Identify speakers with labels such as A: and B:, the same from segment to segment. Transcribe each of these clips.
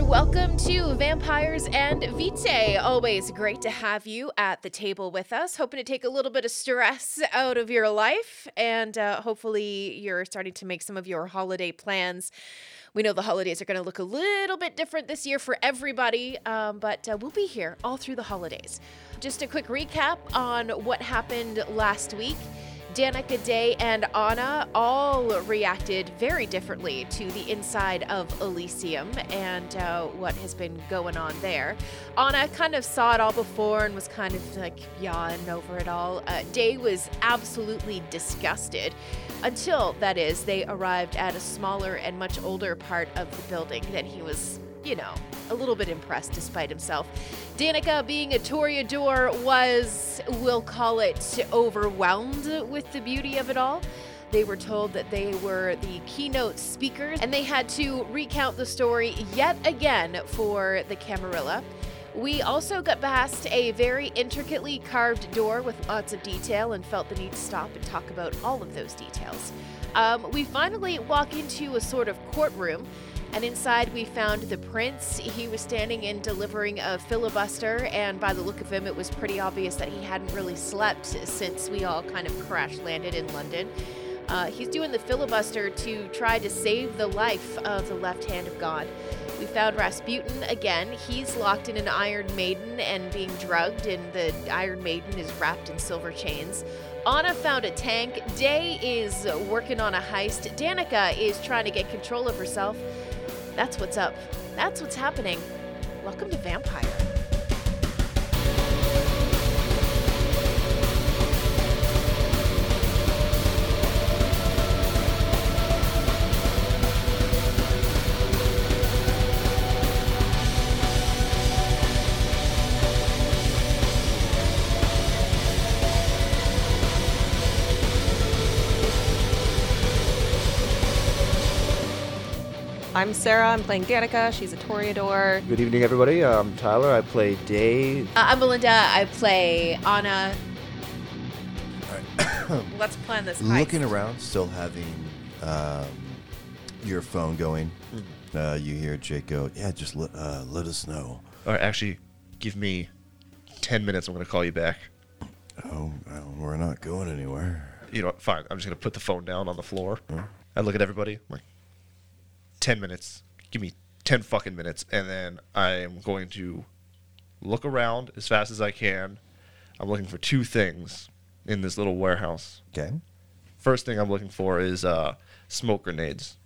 A: Welcome to Vampires and Vitae. Always great to have you at the table with us. Hoping to take a little bit of stress out of your life, and uh, hopefully, you're starting to make some of your holiday plans. We know the holidays are going to look a little bit different this year for everybody, um, but uh, we'll be here all through the holidays. Just a quick recap on what happened last week. Danica Day and Anna all reacted very differently to the inside of Elysium and uh, what has been going on there. Anna kind of saw it all before and was kind of like yawning over it all. Uh, Day was absolutely disgusted until, that is, they arrived at a smaller and much older part of the building than he was you know, a little bit impressed despite himself. Danica, being a Toreador, was, we'll call it, overwhelmed with the beauty of it all. They were told that they were the keynote speakers and they had to recount the story yet again for the Camarilla. We also got past a very intricately carved door with lots of detail and felt the need to stop and talk about all of those details. Um, we finally walk into a sort of courtroom, and inside we found the prince. He was standing and delivering a filibuster, and by the look of him, it was pretty obvious that he hadn't really slept since we all kind of crash landed in London. Uh, he's doing the filibuster to try to save the life of the left hand of God. We found Rasputin again. He's locked in an Iron Maiden and being drugged, and the Iron Maiden is wrapped in silver chains. Anna found a tank. Day is working on a heist. Danica is trying to get control of herself. That's what's up. That's what's happening. Welcome to Vampire.
B: I'm Sarah. I'm playing Danica. She's a Toreador.
C: Good evening, everybody. I'm Tyler. I play Day.
A: Uh, I'm Belinda. I play Anna. Let's plan this heist.
D: Looking around, still having um, your phone going.
E: Mm-hmm.
D: Uh, you hear Jake go, "Yeah, just let, uh, let us know."
E: All right, actually, give me 10 minutes. I'm going to call you back.
D: Oh, well, we're not going anywhere.
E: You know, fine. I'm just going to put the phone down on the floor.
D: Mm-hmm.
E: I look at everybody. I'm like, 10 minutes. Give me 10 fucking minutes. And then I am going to look around as fast as I can. I'm looking for two things in this little warehouse.
D: Okay.
E: First thing I'm looking for is uh, smoke grenades.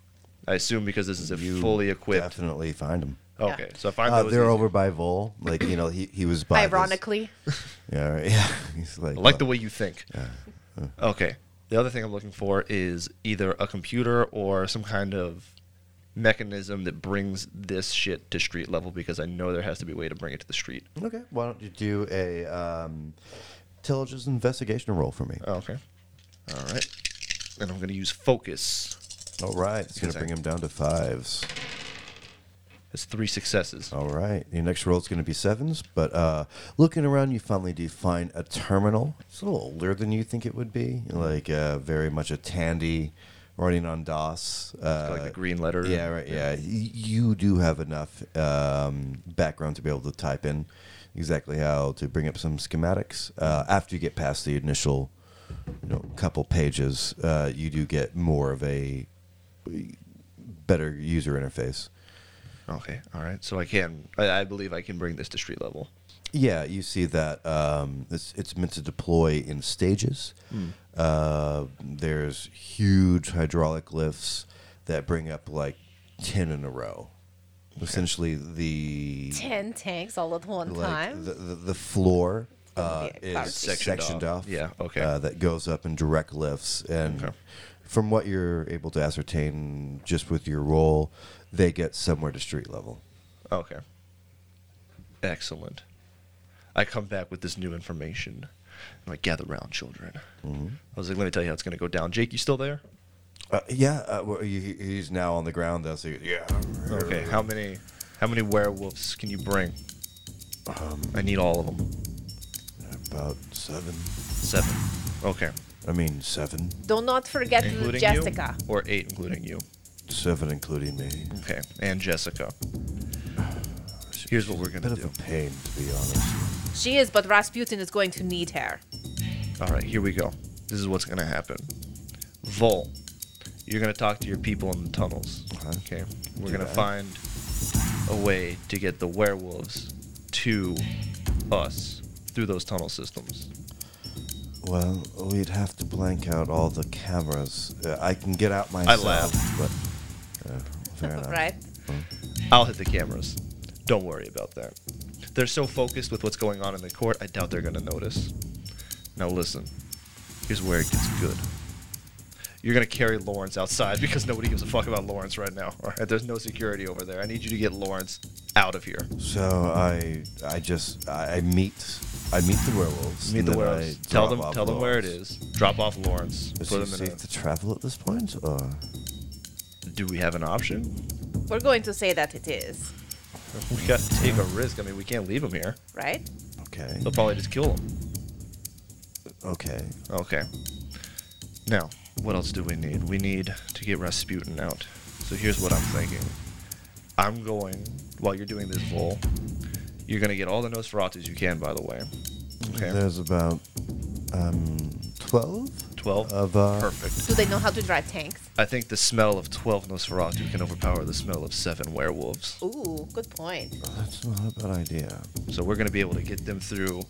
E: I assume because this is a
D: You
E: fully equipped.
D: Definitely find them.
E: Okay, so I find
D: Uh,
E: those.
D: they're
E: easy.
D: over by Vol. Like you know, he he was by. this-
A: Ironically,
D: Yeah, right, yeah. He's like,
E: I like the way you think. Okay. The other thing I'm looking for is either a computer or some kind of mechanism that brings this shit to street level because I know there has to be a way to bring it to the street.
D: Okay, why don't you do a um, intelligence investigation roll for me?
E: Okay. All right. And I'm going to use focus.
D: All right, it's gonna
E: Good
D: bring him down to fives.
E: That's three successes.
D: All right. Your next roll is going to be sevens, but uh, looking around, you finally do find a terminal. It's a little older than you think it would be, like uh, very much a Tandy running on DOS. Uh,
E: like the green letter.
D: yeah, right. Yeah, Y- you do have enough um, background to be able to type in exactly how to bring up some schematics. Uh, after you get past the initial, you know, couple pages, uh, you do get more of a uh, better user interface.
E: Okay. All right. So I can, I, I believe I can bring this to street level.
D: Yeah, you see that um, it's, it's meant to deploy in stages. Uh, there's huge hydraulic lifts that bring up like 10 in a row. Essentially, the,
A: 10 tanks all at one
D: like,
A: time.
D: the, the, the floor uh,
A: Okay,
D: is
A: clouds.
E: Sectioned
D: sectioned,
E: off.
D: off.
E: Yeah, okay.
D: Uh, that goes up in direct lifts. And
E: Okay.
D: from what you're able to ascertain just with your role, they get somewhere to street level.
E: Okay. Excellent. I come back with this new information. I'm like, gather round, children. I was like, let me tell you how it's going to go down. Jake, you still there?
D: Uh, yeah, uh, well, he, he- he's now on the ground, though. So he- yeah.
E: Okay. How many, how many werewolves can you bring? I need all of them.
D: Um, About seven.
E: Seven. Okay.
D: I mean, seven.
A: Do not forget
E: Including
A: Jessica.
E: you, or eight, including you.
D: Seven, including me.
E: Okay, and Jessica. Here's what we're
D: Bit
E: gonna
D: of
E: do.
D: a pain, to be honest.
A: She is, but Rasputin is going to need her.
E: All right, here we go. This is what's gonna happen. Vol, you're gonna talk to your people in the tunnels. Okay, we're gonna
D: that.
E: find a way to get the werewolves to us through those tunnel systems.
D: Well, we'd have to blank out all the cameras. Uh, I can get out myself.
E: laugh.
D: But, uh, fair enough.
A: Right?
E: I'll hit the cameras. Don't worry about that. They're so focused with what's going on in the court, I doubt they're going to notice. Now, listen. Here's where it gets good. You're going to carry Lawrence outside because nobody gives a fuck about Lawrence right now. All right, there's no security over there. I need you to get Lawrence out of here.
D: So I, I just, I, I meet, I meet the werewolves.
E: Meet
D: and
E: the
D: then I
E: werewolves. Tell
D: drop
E: them,
D: off
E: tell them where it
D: Lawrence.
E: is. Drop off Lawrence.
D: Is
E: Put
D: it
E: him in
D: safe to travel at this point, or
E: a, Do we have an option?
A: We're going to say that it is,
E: We got to take a risk. I mean, we can't leave him here.
A: right?
D: okay,
E: They'll probably just kill him.
D: okay,
E: Okay. Now, what else do we need? We need to get Rasputin out. So here's what I'm thinking. I'm going, while you're doing this roll, you're going to get all the Nosferatus you can, by the way. Okay.
D: There's about um, 12
E: 12.
D: of uh,
E: Perfect.
A: Do they know how to drive tanks?
E: I think the smell of 12 Nosferatu can overpower the smell of seven werewolves.
A: Ooh, good point.
D: That's not a bad idea.
E: So we're going to be able to get them through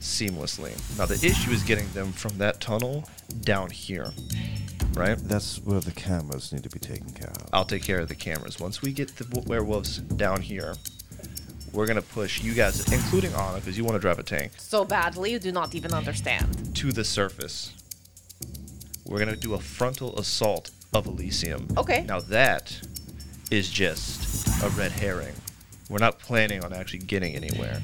E: seamlessly. Now, the issue is getting them from that tunnel down here, right?
D: That's where the cameras need to be taken care of.
E: I'll take care of the cameras. Once we get the w- werewolves down here, we're gonna push you guys, including Anna, because you want to drive a tank,
A: So badly, you do not even understand.
E: to the surface. We're gonna do a frontal assault of Elysium.
A: Okay.
E: Now that is just a red herring. We're not planning on actually getting anywhere.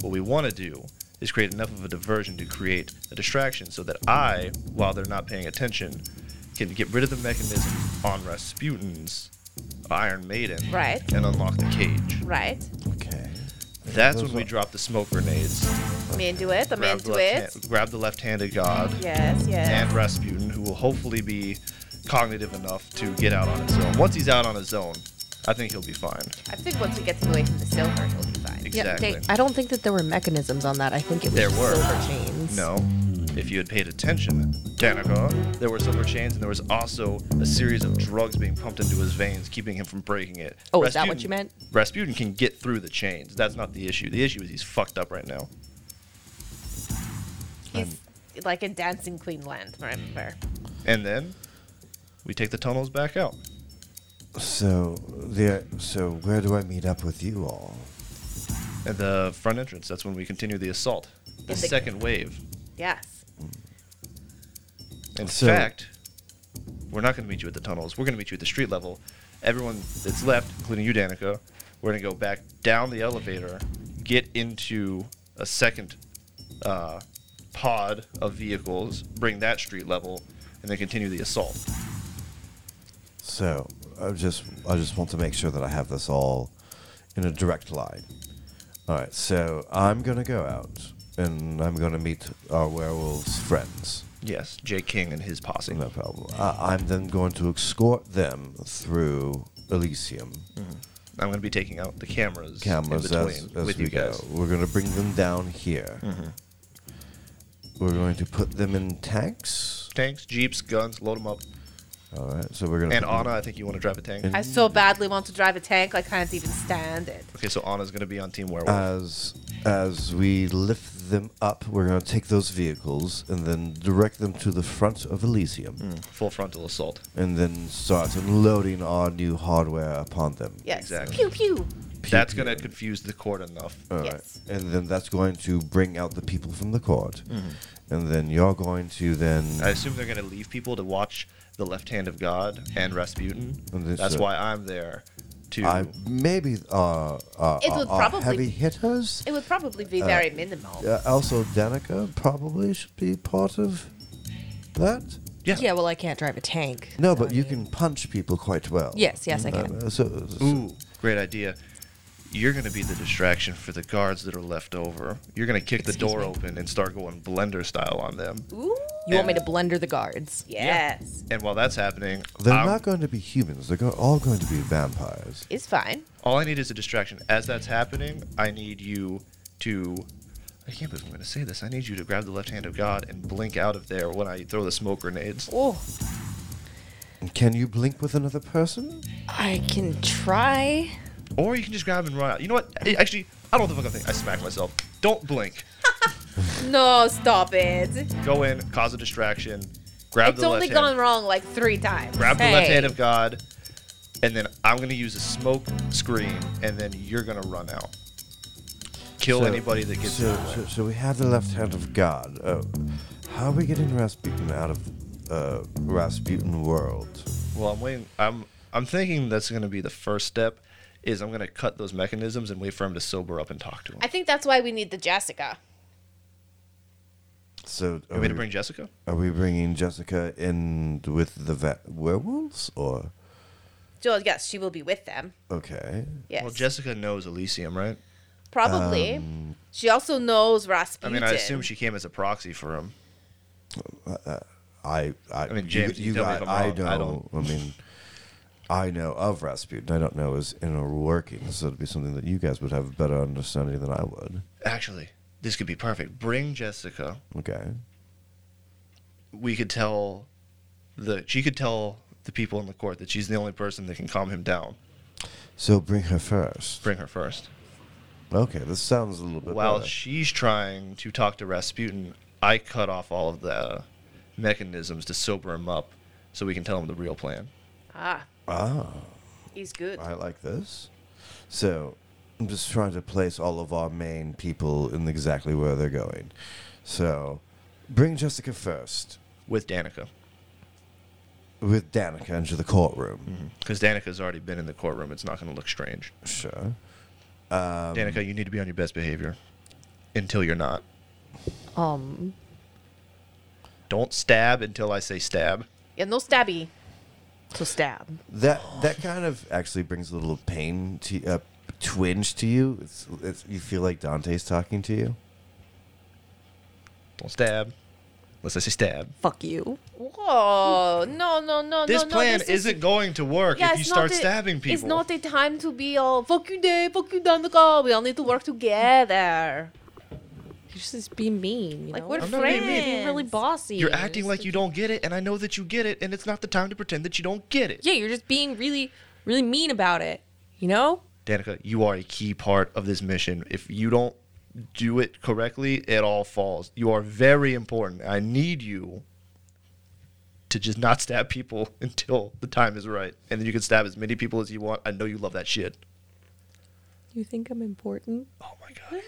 E: What we want to do is create enough of a diversion to create a distraction so that I, while they're not paying attention, can get rid of the mechanism on Rasputin's Iron Maiden
A: Right.
E: and unlock the cage.
A: Right?
D: Okay.
E: That's
D: Those
E: when we
D: are-
E: drop the smoke grenades.
A: I'm into it. I'm
E: Grab the,
A: into
E: left
A: it.
E: hand, grab the left-handed god
A: Yes, yes.
E: and Rasputin, who will hopefully be cognitive enough to get out on his own. Once he's out on his own, I think he'll be fine.
A: I think once we get him away from the silver, he'll be fine.
F: Yeah,
E: Exactly.
F: they, I don't think that there were mechanisms on that. I think it was
E: There
F: just
E: were.
F: silver chains.
E: No. If you had paid attention, Danica, there were silver chains and there was also a series of drugs being pumped into his veins, keeping him from breaking it.
F: Oh, is that what you meant?
E: Rasputin can get through the chains. That's not the issue. The issue is he's fucked up right now.
A: He's like in Dancing Queen Land, remember?
E: And then we take the tunnels back out.
D: So there. So where do I meet up with you all?
E: At the front entrance, that's when we continue the assault. The
A: Is it-
E: second wave.
A: Yes.
E: In
D: So-
E: fact, we're not going to meet you at the tunnels. We're going to meet you at the street level. Everyone that's left, including you, Danica, we're going to go back down the elevator, get into a second uh, pod of vehicles, bring that street level, and then continue the assault.
D: So I just I just want to make sure that I have this all in a direct line. All right. So I'm gonna go out and I'm gonna meet our werewolves friends.
E: Yes, Jay King and his posse.
D: No problem. I, I'm then going to escort them through Elysium
E: I'm going to be taking out the cameras,
D: cameras
E: in
D: as,
E: between
D: as
E: with
D: we
E: you guys.
D: go. We're going to bring them down here.
E: Mm-hmm.
D: We're going to put them in tanks.
E: Tanks, jeeps, guns, load them up.
D: All right. So we're going to
E: And Anna, I think you want to drive a tank.
D: Mm-hmm. And-
A: I so badly want to drive a tank, I can't even stand it.
E: Okay, so Anna's going to be on Team Werewolf.
D: as as we lift them up, we're going to take those vehicles and then direct them to the front of Elysium,
E: Full frontal assault.
D: and then start unloading our new hardware upon them.
A: Yes.
E: Exactly.
A: Pew pew.
E: That's
D: Pew,
E: going to
D: pew.
E: confuse the court enough.
D: All right.
A: Yes.
D: And then that's going to bring out the people from the court,
E: Mm-hmm.
D: and then you're going to then
E: I assume they're going to leave people to watch the left hand of God and Rasputin.
D: And this,
E: That's
D: uh,
E: why I'm there to.
D: I maybe uh, uh,
A: It would
D: uh,
A: probably-
D: heavy hitters.
A: It would probably be very minimal.
D: Uh, also, Danica probably should be part of that.
E: yeah.
F: Yeah, well, I can't drive a tank.
D: No,
F: So,
D: but
F: I
D: you
F: mean-
D: can punch people quite well.
F: Yes, yes, I can.
D: Uh, so, so-
E: Ooh, great idea. You're going to be the distraction for the guards that are left over. You're going to kick the
F: Excuse
E: door
F: me.
E: open and start going blender style on them.
A: Ooh.
F: You want me to blender the guards?
A: Yes.
E: And while that's happening,
D: they're
E: I'm-
D: not going to be humans. They're go- all going to be vampires.
A: It's fine.
E: All I need is a distraction. As that's happening, I need you to. I can't believe I'm going to say this. I need you to grab the left hand of God and blink out of there when I throw the smoke grenades.
F: Oh,
D: Can you blink with another person?
F: I can try.
E: Or you can just grab and run out. You know what? Eh, Actually, I don't think I'm going to think. I smack myself. Don't blink.
A: No, stop it.
E: Go in, cause a distraction, grab
A: it's
E: the
A: only
E: left
A: gone
E: hand.
A: wrong like three times.
E: grab the left
F: Hey.
E: hand of God, and then I'm gonna use a smoke screen, and then you're gonna run out. Kill
D: So-
E: anybody that gets in
D: So,
E: your way.
D: so, so we have the left hand of God. Oh, how are we getting Rasputin out of uh, Rasputin world?
E: Well, I'm waiting. I'm I'm thinking that's gonna be the first step. Is I'm gonna cut those mechanisms and wait for him to sober up and talk to him.
A: I think that's why we need the Jessica.
D: So
E: You
D: are
E: want me
D: we,
E: to bring Jessica?
D: are we bringing Jessica in with the va- werewolves or
A: Joel, yes, she will be with them.
D: okay?
A: Yes.
E: Well, Jessica knows Elysium, right?
A: Probably. she also knows
E: I
A: Rasputin.
E: mean, I assume she came as a proxy for him.
D: I I,
E: mean, James, you tell me if I'm
D: I,
E: wrong.
D: know.
E: I
D: I, mean, I know of Rasputin. I don't know his inner workings. So it'd be something that you guys would have a better understanding than I would.
E: Actually, this could be perfect. Bring Jessica.
D: Okay.
E: we could tell the she could tell the people in the court that she's the only person that can calm him down.
D: So bring her first.
E: Bring her first.
D: Okay, this sounds a little bit.
E: While
D: better.
E: she's trying to talk to Rasputin, I cut off all of the mechanisms to sober him up so we can tell him the real plan.
A: Ah,
D: ah.
A: he's good.
D: I like this. So, I'm just trying to place all of our main people in exactly where they're going. So, bring Jessica first
E: With Danica.
D: with Danica into the courtroom.
E: Because Danica's already been in the courtroom. It's not going to look strange.
D: Sure.
E: Danica, you need to be on your best behavior until you're not.
F: Um,
E: Don't stab until I say stab.
A: Yeah, no stabby.
F: so stab.
D: That that kind of actually brings a little pain to uh, twinge to you. It's, it's you feel like Dante's talking to you.
E: Don't stab unless I say stab.
F: Fuck you.
A: Whoa, no, no, no,
E: This
A: no, no.
E: plan
A: this is-
E: isn't going to work
A: Yeah,
E: if you
A: it's
E: start
A: not a-
E: stabbing people.
A: It's not a time to be all fuck you, Dave, fuck you, Danica. We all need to work together.
F: You should just be mean. You
A: Like,
F: know?
A: we're
E: I'm not being
A: friends.
E: mean.
F: being really bossy.
E: You're
F: and
E: acting
F: just
E: like you don't get it, and I know that you get it, and it's not the time to pretend that you don't get it.
F: Yeah, you're just being really, really mean about it. You know?
E: Danica, you are a key part of this mission. If you don't do it correctly, it all falls. You are very important. I need you to just not stab people until the time is right. And then you can stab as many people as you want. I know you love that shit.
F: You think I'm important?
E: Oh my god.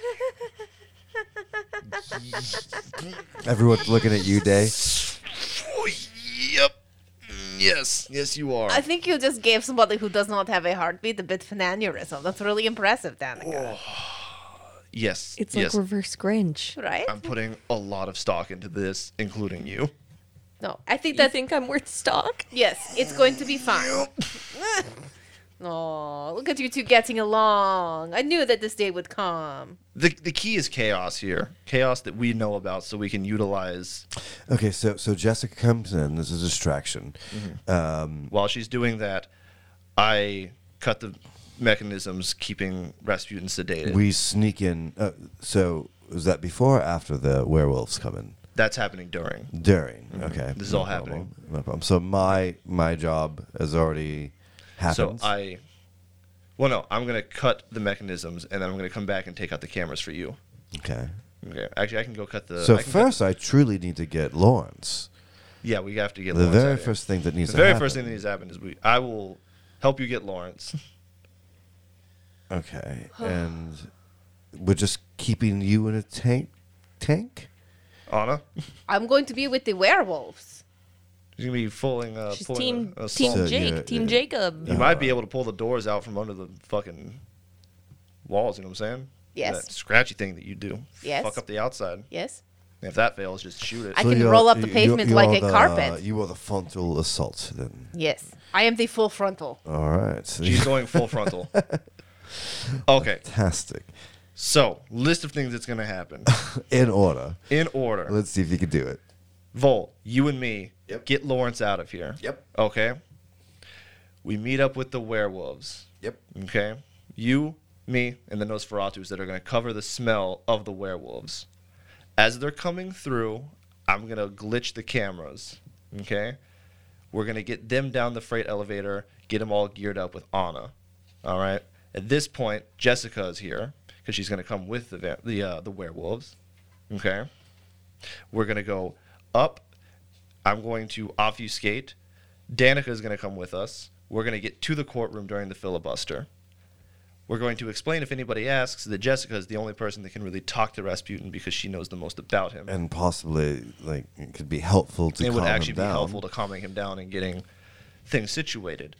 D: Everyone's looking at you, Day.
E: Oh, yep. Yes. Yes, you are.
A: I think you just gave somebody who does not have a heartbeat a bit of an aneurysm. That's really impressive, Danica.
E: yes.
F: It's
E: yes.
F: like reverse Grinch.
A: Right?
E: I'm putting a lot of stock into this, including you.
A: no, I think
F: You
A: that
F: think I'm worth stock?
A: yes, it's going to be fine. oh, look at you two getting along. I knew that this day would come.
E: the the key is chaos here. Chaos that we know about, so we can utilize.
D: Okay, so so Jessica comes in. This is a distraction.
E: While she's doing that, I cut the mechanisms keeping Rasputin sedated.
D: We sneak in. Uh, so is that before or after the werewolves come in?
E: That's happening during.
D: During. Okay.
E: Mm-hmm. This is all happening.
D: problem. No problem. So my my job has already happened.
E: So I, well, no, I'm gonna cut the mechanisms, and then I'm gonna come back and take out the cameras for you.
D: okay.
E: Okay. Actually, I can go cut the.
D: So
E: uh, I can cut-
D: first, I truly need to get Lawrence.
E: yeah, we have to get
D: The
E: Lawrence out
D: very
E: of here.
D: first thing that needs
E: The
D: to
E: very
D: happen.
E: first thing that needs to happen is we. I will help you get Lawrence.
D: Okay, and we're just keeping you in a tank. Tank.
E: Anna,
A: I'm going to be with the werewolves.
E: you're gonna be pulling. Uh,
F: She's
E: pulling
F: team
E: a, a
F: team
E: saw.
D: So
F: Jake,
D: you're-
F: team
D: you're-
F: Jacob.
E: You might be able to pull the doors out from under the fucking walls. You know what I'm saying?
A: Yes.
E: That scratchy thing that you do.
A: Yes.
E: Fuck up the outside.
A: Yes.
E: And if that fails, just shoot it.
A: I
D: So
A: can
D: you're-
A: roll up the
D: you- you-
A: pavement
D: you
A: like
D: are
A: a
D: the,
A: carpet.
D: you are the frontal assault then.
A: Yes. I am the full frontal.
D: All right.
E: She's going full frontal. Okay.
D: Fantastic.
E: So list of things that's gonna happen
D: In order.
E: in order.
D: Let's see if you can do it.
E: Vol, you and me
D: Yep.
E: get Lawrence out of here.
D: Yep.
E: Okay. We meet up with the werewolves.
D: Yep.
E: Okay. You, me, and the Nosferatus that are going to cover the smell of the werewolves. As they're coming through, I'm going to glitch the cameras. Okay? We're going to get them down the freight elevator, get them all geared up with Anna. All right? At this point, Jessica is here because she's going to come with the, va- the, uh, the werewolves. Okay? We're going to go up. I'm going to obfuscate. Danica is going to come with us. We're going to get to the courtroom during the filibuster. We're going to explain, if anybody asks, that Jessica is the only person that can really talk to Rasputin because she knows the most about him.
D: and possibly like it could be helpful to
E: it
D: calm
E: would
D: him
E: actually be
D: down.
E: helpful to calming him down and getting things situated.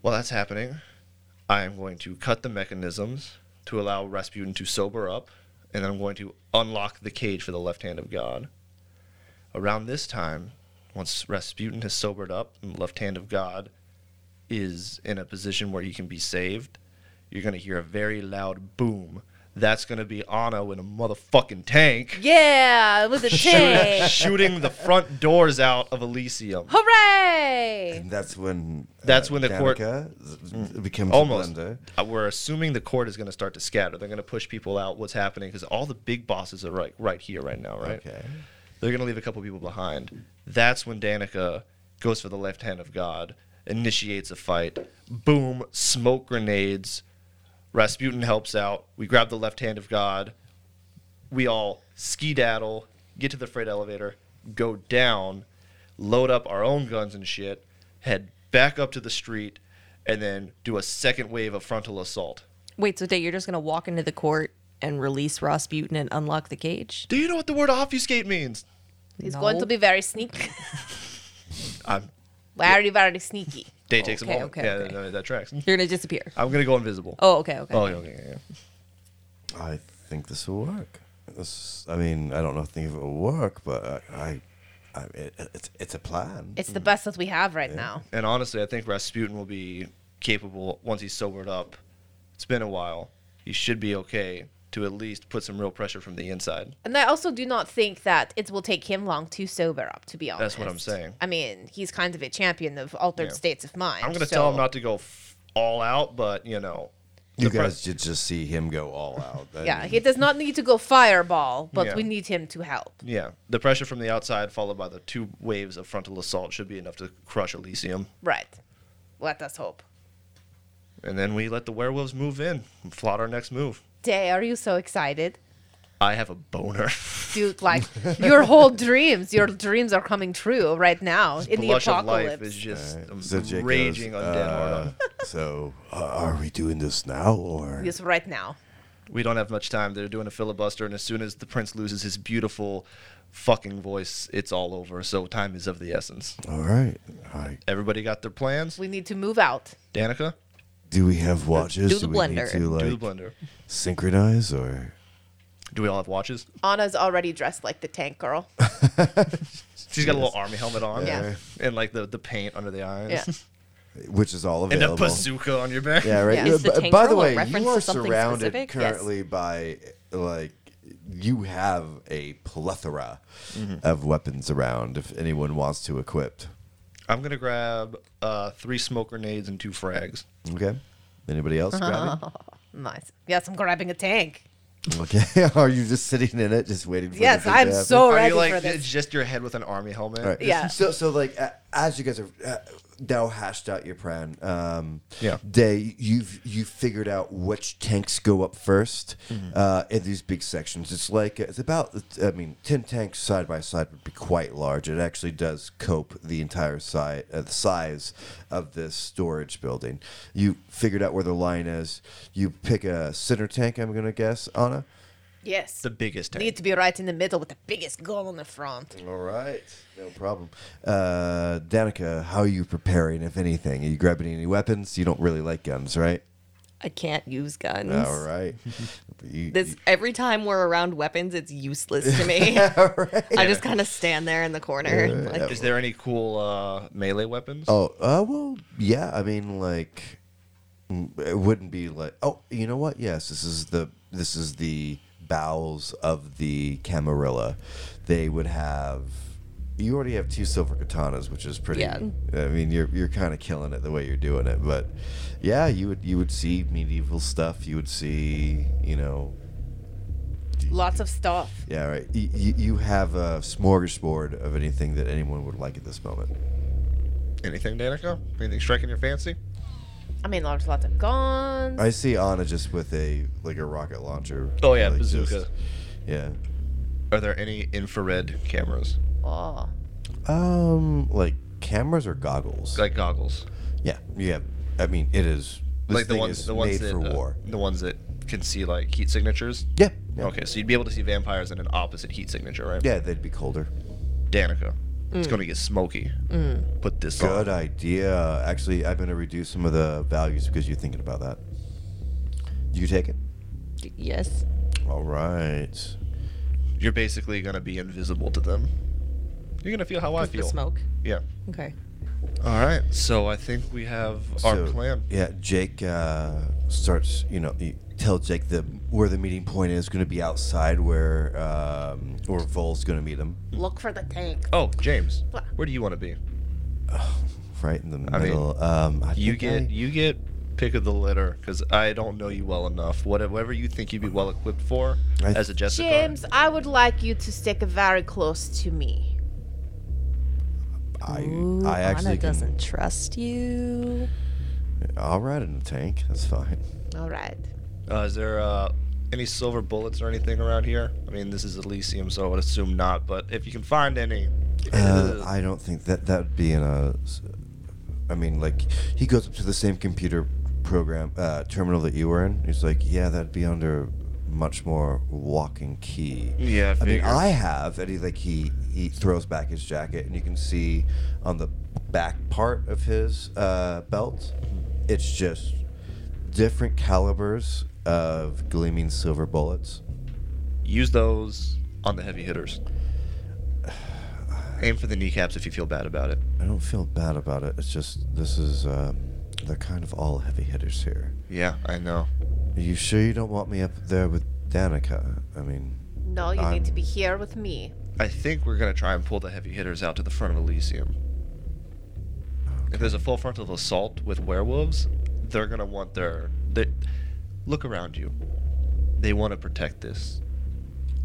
E: While that's happening, I am going to cut the mechanisms to allow Rasputin to sober up, and then I'm going to unlock the cage for the left hand of God. Around this time, once Rasputin has sobered up and the left hand of God is in a position where he can be saved, you're going to hear a very loud boom. That's going to be Anno in a motherfucking tank
G: Yeah, with a
E: shooting,
G: tank.
E: shooting the front doors out of Elysium.
G: Hooray!
D: And that's when uh,
E: That's when the court- Mm.
D: Danica z- becomes
E: Almost.
D: a blender.
E: Uh, We're assuming the court is going to start to scatter. They're going to push people out. What's happening? Because all the big bosses are right, right here, right now, right?
D: Okay.
E: They're going to leave a couple people behind. That's when Danica goes for the left hand of God, initiates a fight. Boom! Smoke grenades. Rasputin helps out. We grab the left hand of God. We all skedaddle, get to the freight elevator, go down, load up our own guns and shit, head back up to the street, and then do a second wave of frontal assault.
F: Wait, so Day, you're just gonna walk into the court and release Rasputin and unlock the cage?
E: Do you know what the word obfuscate means?
A: He's going to be very sneaky.
E: I'm,
A: Very, very sneaky.
E: day takes a
F: Okay,
E: moment.
F: okay,
E: yeah,
F: okay.
E: no, that tracks.
F: You're gonna disappear.
E: I'm gonna go invisible.
F: Oh, okay, okay.
E: Oh, okay, yeah, yeah.
D: I think this will work. This, I mean, I don't know. Think if it will work, but I, I, I it, it's it's a plan.
A: It's the
E: Mm.
A: best that we have right now.
E: And honestly, I think Rasputin will be capable once he's sobered up. It's been a while. He should be okay to at least put some real pressure from the inside.
A: And I also do not think that it will take him long to sober up, to be honest.
E: That's what I'm saying.
A: I mean, he's kind of a champion of altered
E: Yeah.
A: states of mind.
E: I'm gonna
A: so-
E: tell him not to go f- all out, but you know,
D: you
E: the pre-
D: guys should just see him go all out. I
A: Yeah,
D: mean,
A: he does not need to go fireball, but
E: Yeah.
A: we need him to help.
E: yeah, the pressure from the outside followed by the two waves of frontal assault should be enough to crush Elysium.
A: Right. Let us hope.
E: And then we let the werewolves move in and plot our next move.
A: Day, are you so excited?
E: I have a boner.
A: Dude, like your whole dreams, your dreams are coming true right now in the
E: Blush of life
A: apocalypse.
E: is just
D: right.
E: I'm
D: So Jake goes,
E: raging undead hard on.
D: uh, So uh, are we doing this now or?
A: Yes, right now.
E: we don't have much time. They're doing a filibuster, and as soon as the prince loses his beautiful fucking voice, it's all over. So time is of the essence.
D: All right. All right.
E: Everybody got their plans.
A: We need to move out.
E: Danica,
D: Do we have watches?
F: Do the
D: we need
F: blender.
D: to like
E: do the blender.
D: synchronize or?
E: Do we all have watches?
A: Anna's already dressed like the tank girl.
E: She's got a little army helmet on,
A: Yeah.
E: and like the, the paint under the eyes,
A: Yeah.
D: Which is all
E: and a
D: available.
E: bazooka on your back.
D: Yeah, right.
A: Yeah.
F: Is the
D: B-
F: tank
D: by the
F: girl a
D: way, you
F: reference to
D: are
F: something
D: surrounded
F: specific? Yes.
D: currently by like you have a plethora
F: Mm-hmm.
D: of weapons around if anyone wants to equip.
E: I'm gonna grab uh, three smoke grenades and two frags.
D: Okay. Anybody else grabbing?
A: Nice. Yes, I'm grabbing a tank.
D: Okay. are you just sitting in it, just waiting for
A: Yes,
D: the thing
A: I'm
D: to happen?
A: so
E: Are
A: ready
E: you like
A: Oh, for this.
E: j- just your head with an army helmet?
D: All right.
A: Yeah.
D: So, so like a- as you guys are uh, now hashed out your plan, um,
E: Yeah.
D: Day you've you figured out which tanks go up 1st uh, in these big sections. It's like it's about I mean ten tanks side by side would be quite large. It actually does cope the entire size uh, the size of this storage building. You figured out where the line is. You pick a center tank. I'm gonna guess Anna.
A: Yes.
E: The biggest tank.
A: Need to be right in the middle with the biggest goal on the front.
D: All right, no problem. Uh, Danica, how are you preparing, if anything? Are you grabbing any weapons? You don't really like guns, right?
F: I can't use guns.
D: All right. You-
F: This
D: you-
F: every time we're around weapons, it's useless to me. I just kind of stand there in the corner. like,
E: Is there any cool uh, melee weapons?
D: oh, uh, well, yeah. I mean, like, mm, it wouldn't be like. Oh, you know what? Yes, this is the this is the bowels of the Camarilla. They would have you already have two silver katanas, which is pretty.
F: Yeah.
D: I mean, you're you're kind of killing it the way you're doing it, but yeah, you would you would see medieval stuff. You would see, you know,
A: Lots of stuff.
D: yeah, right. You, you, you have a smorgasbord of anything that anyone would like at this moment.
E: Anything, Danica? Anything striking your fancy?
A: I mean, there's lots of guns.
D: I see Anna just with a like a rocket launcher.
E: Oh, yeah,
D: like,
E: bazooka.
D: yeah.
E: Are there any infrared cameras,
A: Oh.
D: Um, like cameras or goggles.
E: like goggles,
D: yeah, yeah. I mean, it is. This
E: like the
D: thing
E: ones
D: is
E: the ones
D: made
E: that
D: for
E: uh,
D: war.
E: the ones that can see like heat signatures?
D: Yeah. yeah.
E: Okay, so you'd be able to see vampires in an opposite heat signature, right?
D: Yeah, they'd be colder.
E: Danica,
F: Mm.
E: it's gonna get smoky. Put this
D: Good uh,
E: on.
D: idea. Actually, I'm going to reduce some of the values because you're thinking about that. You take it.
F: Yes.
D: All right.
E: You're basically gonna be invisible to them. You're gonna feel how I
F: The
E: feel.
F: smoke.
E: Yeah.
F: Okay.
E: All right. So I think we have our
D: So,
E: plan.
D: Yeah, Jake uh, starts. You know, you tell Jake the where the meeting point is going to be outside where um, where Vol's going to meet him.
A: Look for the tank.
E: Oh, James, where do you want to be?
D: Right in the
E: I mean,
D: middle. um, I
E: You
D: think
E: get
D: I-
E: you get pick of the litter because I don't know you well enough. Whatever you think you'd be well equipped for
D: I-
E: as a Jessica.
A: James, I would like you to stick very close to me.
D: I, I actually can-
F: doesn't trust you.
D: I'll ride in the tank. That's fine.
A: All right.
E: Uh, is there uh, any silver bullets or anything around here? I mean, this is Elysium, so I would assume not. But if you can find any,
D: Uh, I don't think that that would be in a. s- I mean, like he goes up to the same computer program uh, terminal that you were in. He's like, yeah, that'd be under much more walking key.
E: Yeah, I
D: I, mean,
E: figured.
D: I have, and he like he he throws back his jacket, and you can see on the back part of his uh, belt, it's just different calibers of gleaming silver bullets.
E: use those on the heavy hitters. Aim for the kneecaps if you feel bad about it.
D: I don't feel bad about it. It's just this is um, they're kind of all heavy hitters here.
E: Yeah, I know.
D: Are you sure you don't want me up there with Danica? I mean,
A: No, you
D: I'm-
A: need to be here with me.
E: I think we're gonna try and pull the heavy hitters out to the front of Elysium. If there's a full frontal assault with werewolves, they're gonna want their. They, look around you. They want to protect this.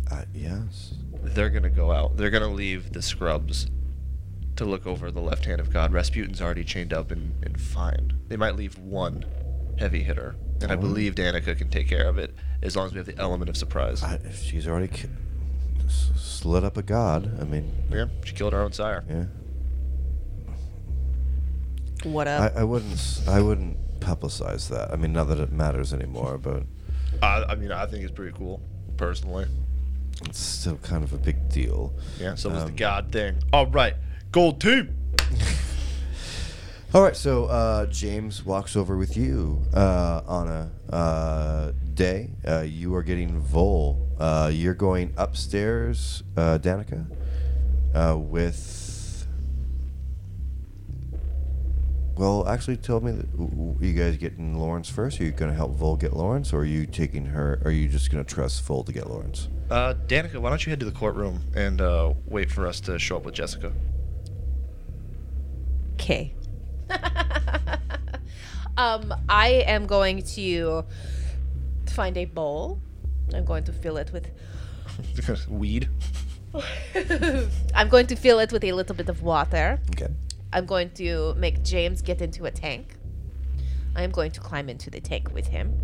D: uh, yes.
E: They're gonna go out. They're gonna leave the scrubs to look over the left hand of God. Rasputin's already chained up and, and fined. They might leave one heavy hitter, and I
D: Oh.
E: believe Danica can take care of it as long as we have the element of surprise.
D: I, if she's already ki- s- slid up a god, I mean,
E: yeah, she killed her own sire.
D: yeah.
F: What
D: I,
F: up?
D: I wouldn't. s- I wouldn't publicize that. I mean, not that it matters anymore, but
E: I, I mean, I think it's pretty cool, personally.
D: it's still kind of a big deal.
E: Yeah, so was the
D: Um,
E: god thing. All right, gold team.
D: All right, so uh, James walks over with you uh, on a uh, day. Uh, you are getting Vol. Uh, you're going upstairs, uh, Danica, uh, with. Well, actually, tell me, that, w- w- you guys getting Lawrence first? Are you going to help Vol get Lawrence, or are you taking her? Are you just going to trust Vol to get Lawrence?
E: Uh, Danica, why don't you head to the courtroom and uh, wait for us to show up with Jessica?
F: Okay.
A: Um, I am going to find a bowl. I'm going to fill it with.
E: Weed.
A: I'm going to fill it with a little bit of water.
D: Okay.
A: I'm going to make James get into a tank. I'm going to climb into the tank with him.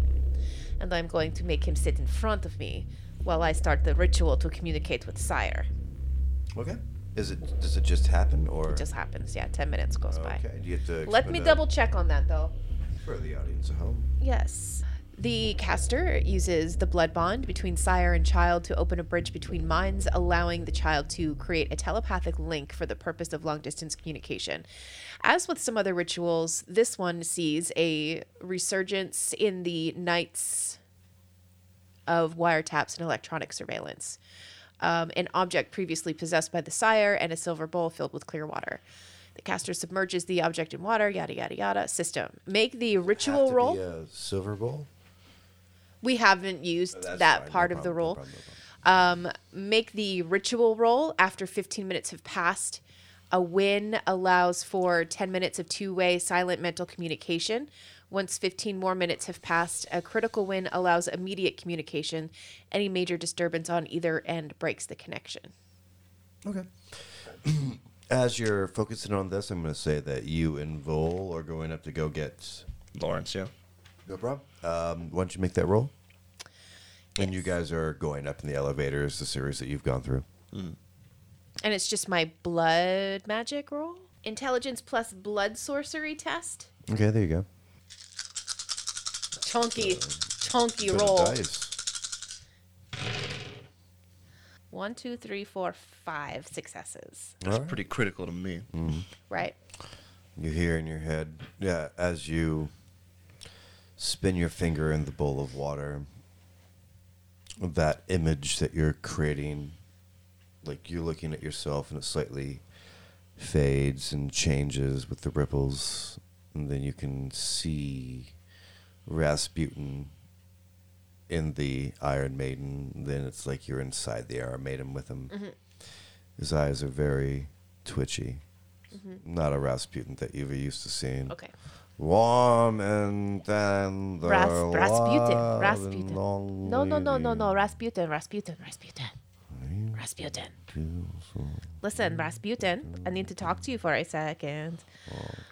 A: And I'm going to make him sit in front of me while I start the ritual to communicate with Sire.
D: Okay. Is it? Does it just happen, or
A: Just happens, yeah, 10 minutes goes by.
D: Okay. Do you have to?
A: Let me double check on that though.
D: for the audience at home.
A: Yes. The caster uses the blood bond between sire and child to open a bridge between minds, allowing the child to create a telepathic link for the purpose of long distance communication. As with some other rituals, this one sees a resurgence in the nights of wiretaps and electronic surveillance. Um, an object previously possessed by the sire and a silver bowl filled with clear water. The caster submerges the object in water, yada, yada, yada. System. Make the
D: have
A: ritual
D: to
A: roll.
D: Be a silver bowl.
A: We haven't used
D: That's
A: that
D: fine, no
A: part of the
D: problem, Oh, no
A: rule.
D: problem, no problem.
A: Um, make the ritual roll after 15 minutes have passed. A win allows for 10 minutes of two way silent mental communication. Once 15 more minutes have passed, a critical win allows immediate communication. Any major disturbance on either end breaks the connection.
D: Okay. As you're focusing on this, I'm going to say that you and Vol are going up to go get.
E: Lawrence, yeah.
D: No problem. Um, why don't you make that roll? And you guys are going up in the elevators, the series that you've gone through.
A: And it's just my blood magic roll.
G: Intelligence plus blood sorcery test.
D: Okay, there you go.
A: Chunky, chunky
D: Put a
A: roll.
D: dice.
A: One, two, three, four, five successes.
E: That's pretty critical to me.
A: Right.
D: You hear in your head, yeah, as you spin your finger in the bowl of water, that image that you're creating, like you're looking at yourself and it slightly fades and changes with the ripples, and then you can see Rasputin in the Iron Maiden. Then it's like you're inside the Iron Maiden with him. His eyes are very twitchy not a Rasputin that you were used to seeing.
A: Okay.
D: Warm and then the
A: Ras- Rasputin.
D: wild
A: Rasputin.
D: and lonely
A: No, no, no, no, no. Rasputin, Rasputin, Rasputin. Rasputin. Listen, Rasputin, I need to talk to you for a second.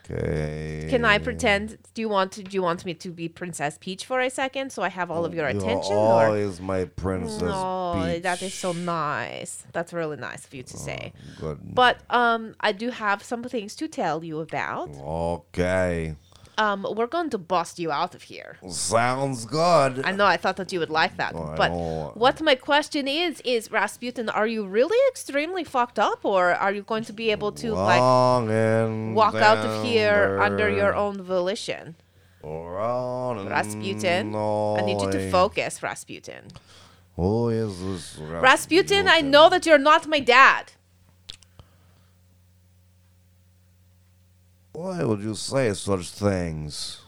D: Okay.
A: Can I pretend? Do you want to, do you want me to be Princess Peach for a second so I have all of your
D: Oh, You are
A: attention? Or?
D: always my princess.
A: No, that is
D: Peach. Oh.
A: so nice. That's really nice of you to say.
D: Good.
A: But um, I do have some things to tell you about.
D: Okay.
A: Um, we're going to bust you out of here.
D: Sounds good.
A: I know I thought that you would like that,
D: I
A: but
D: know.
A: what my question is is Rasputin, are you really extremely fucked up, or are you going to be able to like
D: Long and
A: walk out of here under your
D: down
A: own volition,
D: Wrong and
A: Rasputin? I need you to
D: lonely.
A: focus, Rasputin.
D: Who is this
A: Rasputin, I know that you're not my dad.
D: Why would you say such things?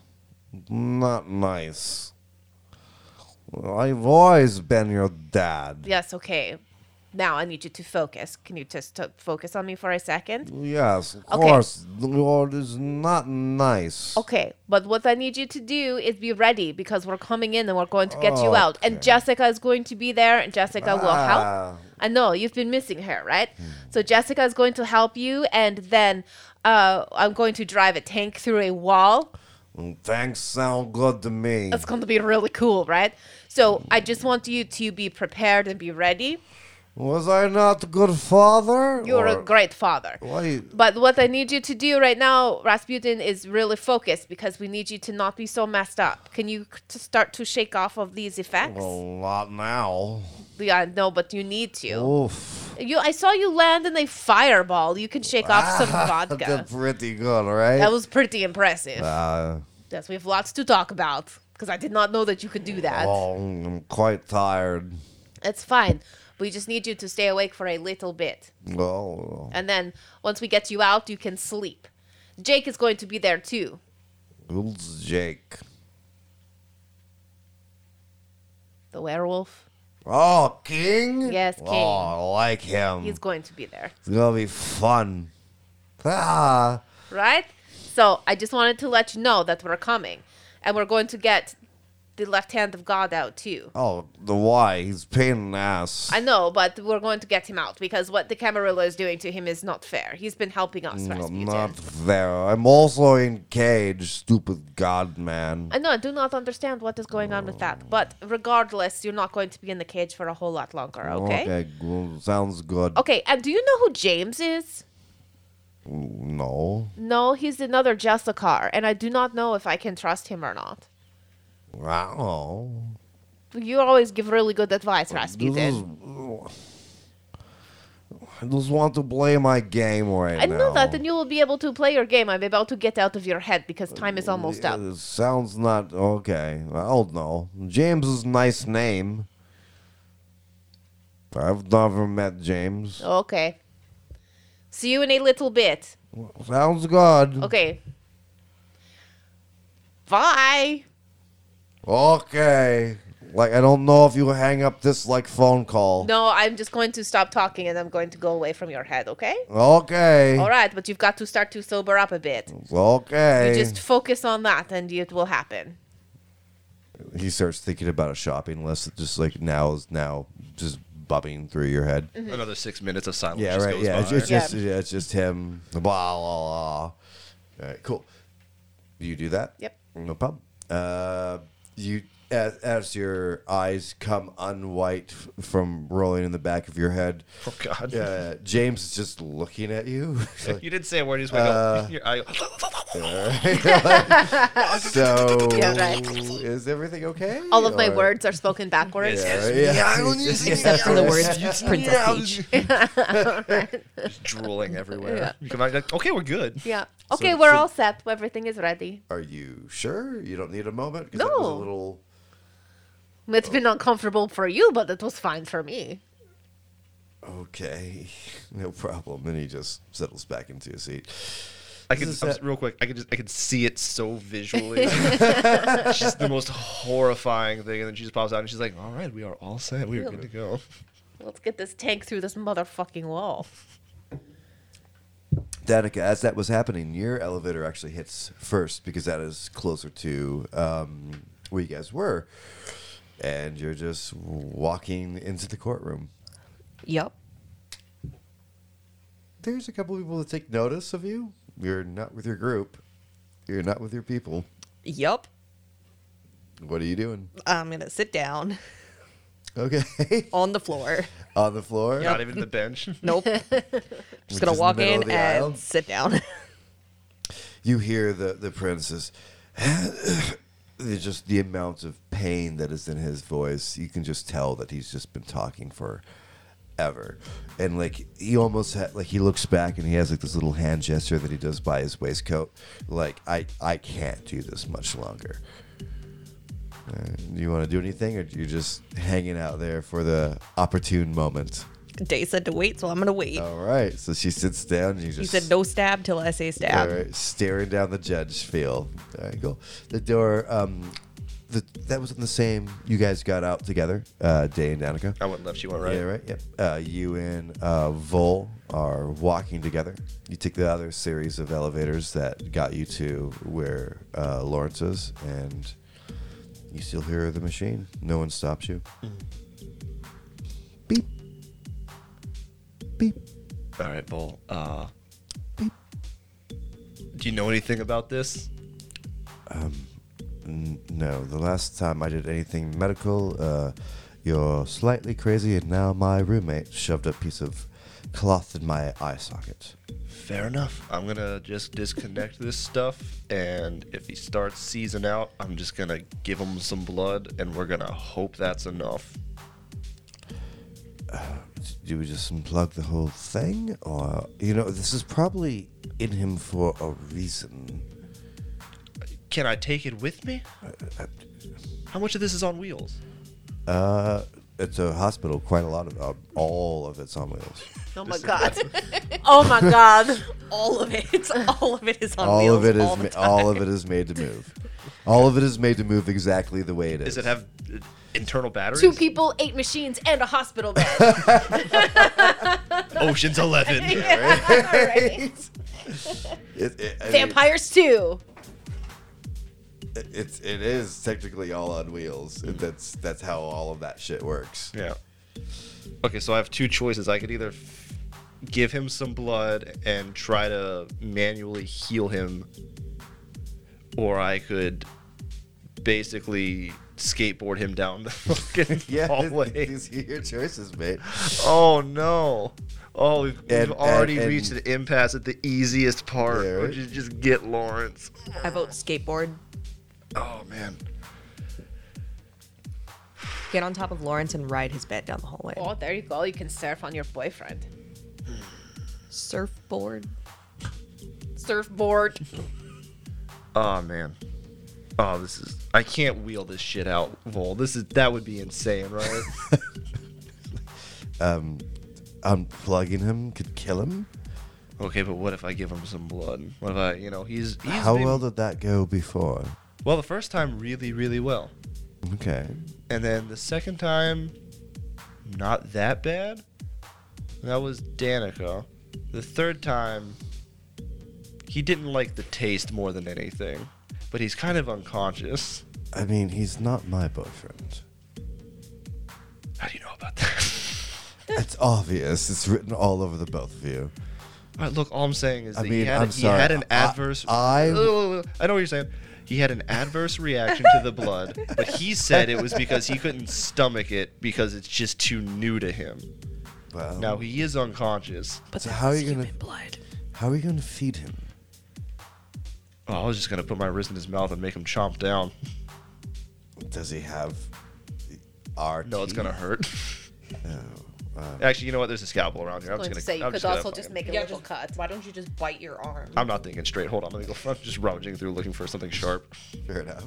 D: Not nice. I've always been your dad.
A: Yes, okay. Now I need you to focus. Can you just t- focus on me for a second?
D: Yes, of
A: Okay.
D: course. Lord is not nice.
A: Okay, but what I need you to do is be ready because we're coming in and we're going to get you out. And
D: Oh, Okay.
A: Jessica is going to be there and Jessica will
D: Ah.
A: help. I know you've been missing her, right?
D: Hmm.
A: So Jessica is going to help you and then uh, I'm going to drive a tank through a wall.
D: Thanks sound good to me.
A: That's going to be really cool, right? So I just want you to be prepared and be ready.
D: Was I not a good father?
A: You're
D: Or-
A: a great father.
D: Why?
A: But what I need you to do right now, Rasputin, is really focus because we need you to not be so messed up. Can you c- to start to shake off of these effects?
D: Well, not now.
A: Yeah, no, but you need to.
D: Oof.
A: You, I saw you land in a fireball. You can shake off some vodka.
D: That's pretty good, right?
A: That was pretty impressive.
D: Uh,
A: yes, we have lots to talk about because I did not know that you could do that.
D: oh, I'm quite tired.
A: It's fine. We just need you to stay awake for a little bit.
D: Well, uh,
A: And then once we get you out, you can sleep. Jake is going to be there too.
D: who's Jake?
A: The werewolf.
D: Oh, King?
A: Yes, King.
D: Oh, I like him.
A: He's going to be there.
D: It's gonna be fun. Ah,
A: right? So I just wanted to let you know that we're coming, and we're going to get the left hand of God out too.
D: oh, the why? He's a pain in the ass.
A: I know, but we're going to get him out because what the Camarilla is doing to him is not fair. He's been helping us,
D: No,
A: Rasputin.
D: not there. I'm also in cage, stupid god man.
A: I know, I do not understand what is going on with that, but regardless, you're not going to be in the cage for a whole lot longer, okay?
D: well, sounds good.
A: Okay, and do you know who James is?
D: No.
A: No, he's another Jessica, and I do not know if I can trust him or not.
D: Wow.
A: You always give really good advice, Rasputin.
D: This is. I just want to play my game right
A: I
D: now.
A: know that, and you will be able to play your game. I'm about to get out of your head because time is almost up.
D: It sounds not okay. I don't know. James is a nice name. I've never met James.
A: Okay. See you in a little bit.
D: Sounds good.
A: Oh. Okay. Bye.
D: Okay. Like, I don't know if you hang up this like phone call.
A: No, I'm just going to stop talking and I'm going to go away from your head, okay?
D: Okay.
A: All right, but you've got to start to sober up a bit.
D: Okay.
A: You just focus on that and it will happen.
D: he starts thinking about a shopping list that just like now is now just bobbing through your head.
A: Mm-hmm.
E: Another six minutes of silence.
D: Mm. Yeah,
E: just
D: right.
E: Goes
D: Yeah,
E: by.
D: it's, it's just yeah, it's just him. Blah blah blah. All right, cool. You do that.
A: Yep.
D: No problem. Uh, you as, as your eyes come unwhite f- from rolling in the back of your head.
E: oh God.
D: Uh, James is just looking at you. It's like, uh,
E: You didn't say a word. You just went. "Oh, your eye.
D: so,
A: Yeah, right.
D: is everything okay?
A: All of my
D: Or-
A: words are spoken backwards.
D: Yeah, right? yeah.
F: Except for the words Princess Peach.
E: Just drooling everywhere. You come out like, okay, we're good.
A: Yeah. Okay,
D: So-
A: we're
D: so-
A: all set. Everything is ready.
D: Are you sure you don't need a moment? 'Cause that was a
A: No.
D: little.
A: It's been uncomfortable for you, but it was fine for me.
D: Okay, no problem. And he just settles back into his seat.
E: I can
D: This is
E: I'm
D: that-
E: just- real quick. I can just I can see it so visually. it's just the most horrifying thing. And then she just pops out and she's like, "All right, we are all set. We are good to go."
A: Let's get this tank through this motherfucking wall.
D: Danica, as that was happening, your elevator actually hits first because that is closer to um, where you guys were, and you're just walking into the courtroom.
F: Yep.
D: There's a couple people that take notice of you. You're not with your group. You're not with your people.
F: Yep.
D: What are you doing?
F: I'm gonna sit down
D: Okay,
F: on the floor.
D: on the floor.
E: Not even the bench.
F: Nope.
D: Which
F: Just gonna
D: is the
F: walk
D: middle
F: in
D: of
F: and
D: the aisle?
F: sit down.
D: you hear the the princess There's just the amount of pain that is in his voice you can just tell that he's just been talking for ever and like he almost ha- like he looks back and he has like this little hand gesture that he does by his waistcoat like i i can't do this much longer Uh, do you want to do anything or you're just hanging out there for the opportune moment
F: Day said to wait, so I'm gonna wait.
E: Oh,
D: all right so she sits down and you just
F: He said no stab till I say stab.
D: all right, staring down the judge field. All right, cool. The door, um, the, that was in the same. You guys got out together, uh, Day and Danica.
E: I went left. She went right.
D: Yeah, right. Yep. Uh, you and uh, Vol are walking together. You take the other series of elevators that got you to where uh, Lawrence is, and you still hear the machine. No one stops you. Beep. Beep.
E: All right, Bull. Uh, do you know anything about this?
D: N- No, the last time I did anything medical, uh, you're slightly crazy, and now my roommate shoved a piece of cloth in my eye socket.
E: Fair enough. I'm gonna just disconnect this stuff, and if he starts seizing out, I'm just gonna give him some blood, and we're gonna hope that's enough.
D: Do we just unplug the whole thing? Or, you know, this is probably in him for a reason.
E: Can I take it with me? uh, How much of this is on wheels?
D: Uh, it's a hospital, quite a lot of uh, all of it's on wheels.
A: Oh my god. oh my god.
F: All of it. All of it is
E: Oh.
F: on
D: All
F: wheels.
D: of it is
F: all,
D: ma-
F: the time.
D: all of it is made to move. All of it is made to move exactly the way it is.
E: Does it have uh, internal batteries?
A: Two people, eight machines, and a hospital bed.
E: Ocean's Eleven.
D: it, it- I mean-
A: Vampires too.
D: it's it is technically all on wheels. That's that's how all of that shit works.
E: Yeah. Okay, so I have two choices. I could either f- give him some blood and try to manually heal him, or I could basically skateboard him down the fucking
D: Yeah,
E: hallway.
D: these are your choices, mate.
E: Oh no! Oh, we've, we've
D: And-
E: already
D: and- and-
E: reached an impasse at the easiest part,
D: Yeah, right?
E: which is just get Lawrence.
F: I vote skateboard.
E: Oh man.
F: Get on top of Lawrence and ride his bed down the hallway.
A: Oh, there you go. You can surf on your boyfriend.
F: Surfboard.
A: Surfboard.
E: Oh man. Oh, this is. I can't wheel this shit out, Vol. This is that would be insane, right?
D: Unplugging him could kill him.
E: Okay, but what if I give him some blood? What if I, you know, he's he's
D: how
E: been-
D: well did that go before?
E: Well, the first time really, really well.
D: Okay.
E: And then the second time, not that bad. That was Danica. The third time, he didn't like the taste more than anything, but he's kind of unconscious.
D: I mean, he's not my boyfriend.
E: How do you know about that?
D: It's obvious. It's written all over the both of you.
E: All right, look, all I'm saying is
D: I
E: that he,
D: mean,
E: had,
D: I'm
E: he had
D: sorry.
E: an
D: I-
E: adverse.
D: I-
E: Ugh, I know what you're saying. He had an adverse reaction to the blood, but he said it was because he couldn't stomach it because it's just too new to him.
D: Well,
E: Now he is unconscious.
D: so how are you gonna How are you gonna feed him?
E: Oh, I was just gonna put my wrist in his mouth and make him chomp down.
D: Does he have our?
E: No, it's gonna
D: teeth?
E: hurt.
D: Oh, uh,
E: Actually, you know what? There's a scalpel around here. I'm
A: going
E: just
A: to say
E: gonna.
A: you
E: I'm
A: could
E: gonna
A: also
E: fucking-
A: just make a
F: Yeah,
A: little
F: just-
A: cut.
F: Why don't you just bite your arm?
E: I'm not thinking straight. Hold on, I'm gonna go. I'm just rummaging through looking for something sharp.
D: Fair enough.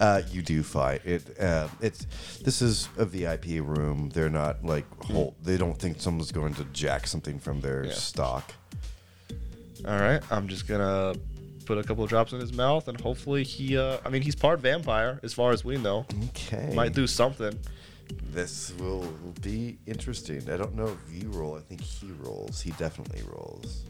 D: Uh, you do fight it. Uh, it's this is a VIP room. They're not like whole. They don't think someone's going to jack something from their
E: Yeah.
D: stock.
E: All right, I'm just gonna put a couple of drops in his mouth, and hopefully he. Uh, I mean, he's part vampire, as far as we know.
D: Okay.
E: Might do something.
D: This will be interesting. I don't know if you roll. I think he rolls. He definitely rolls.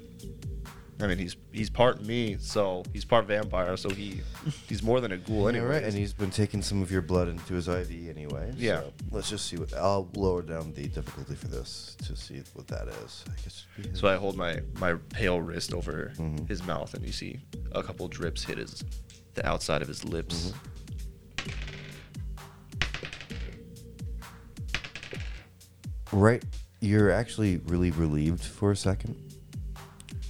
E: I mean, he's he's part me, so he's part vampire, so he he's more than a ghoul
D: All
E: anyway.
D: right, and he's been taking some of your blood into his IV anyway.
E: Yeah.
D: so let's just see what. I'll lower down the difficulty for this to see what that is. I guess. it'd be his-
E: So I hold my my pale wrist over
D: Mm-hmm.
E: his mouth, and you see a couple drips hit his the outside of his lips.
D: Mm-hmm. Right. You're actually really relieved for a second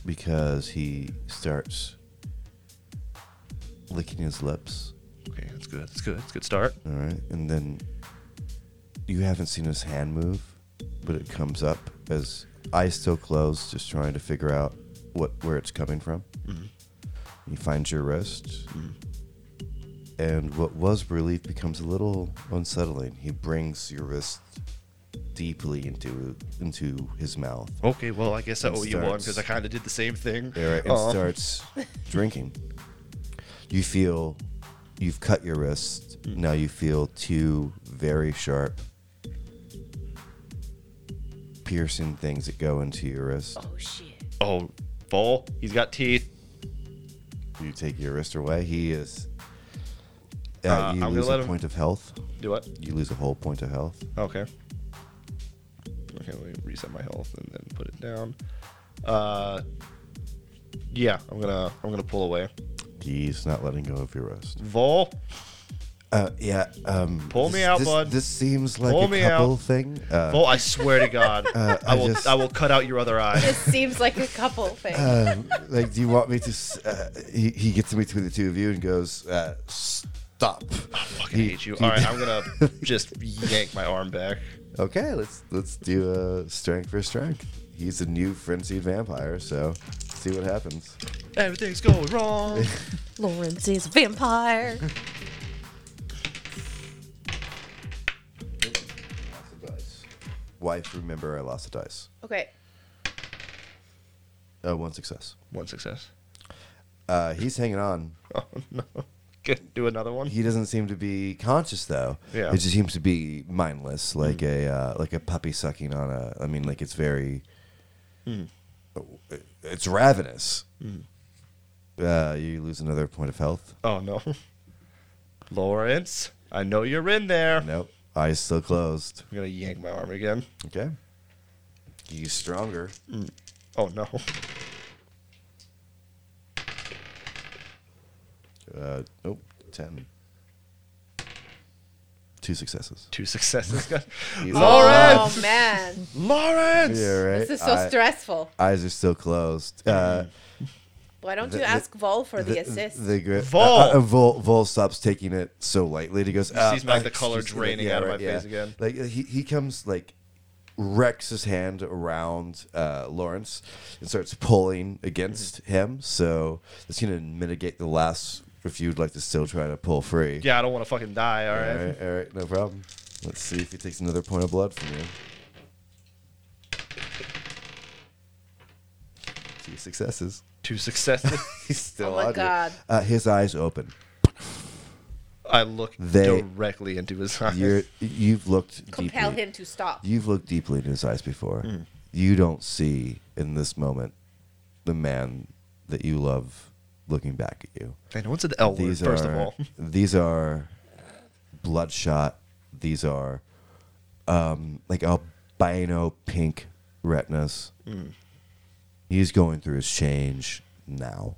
D: because he starts licking his lips.
E: Okay, that's good. That's good. That's a good start.
D: All right. And then you haven't seen his hand move, but it comes up as eyes still closed, just trying to figure out what where it's coming from. You find your wrist. And what was relief becomes a little unsettling. He brings your wrist deeply into into his mouth.
E: Okay, well I guess I
D: And
E: owe you one
D: starts-
E: because I kind of did the same thing.
D: All right, and
E: Um,
D: starts drinking. You feel you've cut your wrist.
E: Mm.
D: Now you feel two very sharp, piercing things that go into your wrist.
E: Oh, bull! He's got teeth.
D: You take your wrist away. He is. Uh,
E: Uh,
D: you
E: I'm gonna
D: lose a
E: let him-
D: point of health.
E: Do what?
D: You lose a whole point of health.
E: Okay. Okay, let me reset my health and then put it down. Uh, yeah, I'm gonna I'm gonna pull away.
D: He's not letting go of your wrist.
E: Vol,
D: Uh, yeah. Um,
E: Pull me
D: this-
E: out,
D: this-
E: bud.
D: This seems like
E: Pull
D: a
E: me
D: couple
E: out.
D: thing. Uh,
E: Vol, I swear to God,
D: Uh,
E: I
D: I
E: will
D: just-
E: I will cut out your other eye.
A: This seems like a couple thing.
D: um, like, do you want me to? s- Uh, he, he gets in between the two of you and goes, uh, "Stop."
E: Fucking hate you. All right, I'm gonna just yank my arm back.
D: Okay, let's let's do a strength for strength. He's a new frenzied vampire, so see what happens.
E: Everything's going wrong.
F: Lawrence is a vampire.
D: Wife, remember I lost a dice.
A: Okay.
D: Uh, one success.
E: One success.
D: Uh, he's hanging on.
E: Oh no. Good. Do another one.
D: He doesn't seem to be conscious though.
E: Yeah.
D: It just seems to be mindless, like a uh, like a puppy sucking on a. I mean, like it's very. uh, It's ravenous. Uh, you lose another point of health.
E: Oh no. Lawrence, I know you're in there. I'm
D: Nope. Eyes still closed.
E: gonna yank my arm again.
D: Okay. He's stronger.
E: Oh no.
D: Uh, nope. Ten. Two successes.
E: Two successes. God.
D: He's alive.
A: Oh man,
E: Lawrence.
D: Yeah, right.
A: this is so
D: Eye-
A: stressful.
D: eyes are still closed. Uh,
A: Why don't
D: the-
A: you
D: the-
A: ask Vol for the, assist?
D: The gri-
E: Vol!
D: Uh, uh, Vol, Vol stops taking it so lightly. He goes. Uh,
E: sees my-
D: uh,
E: the color
D: excuse me,
E: draining
D: yeah,
E: out of
D: right,
E: my
D: yeah.
E: face again.
D: Like he, he comes like wrecks his hand around uh, Lawrence and starts pulling against
E: Mm-hmm.
D: him. So it's gonna mitigate the last. If you'd like to still try to pull free.
E: Yeah, I don't want to fucking die. All
D: All
E: right.
D: right. All right. No problem. Let's see if he takes another point of blood from you. Two successes.
E: Two successes.
D: He's still
A: Oh
D: Uh,
A: my
D: on you.
A: God.
D: Uh, his eyes open.
E: I look
D: They-
E: directly into his eyes.
D: You're, you've looked
A: Compel
D: deeply,
A: him to stop.
D: You've looked deeply into his eyes before.
E: Mm.
D: You don't see in this moment the man that you love looking back at you.
E: And what's an L word,
D: These
E: first
D: are
E: of all?
D: these are bloodshot. These are um, like albino pink retinas.
E: Mm.
D: He's going through his change now.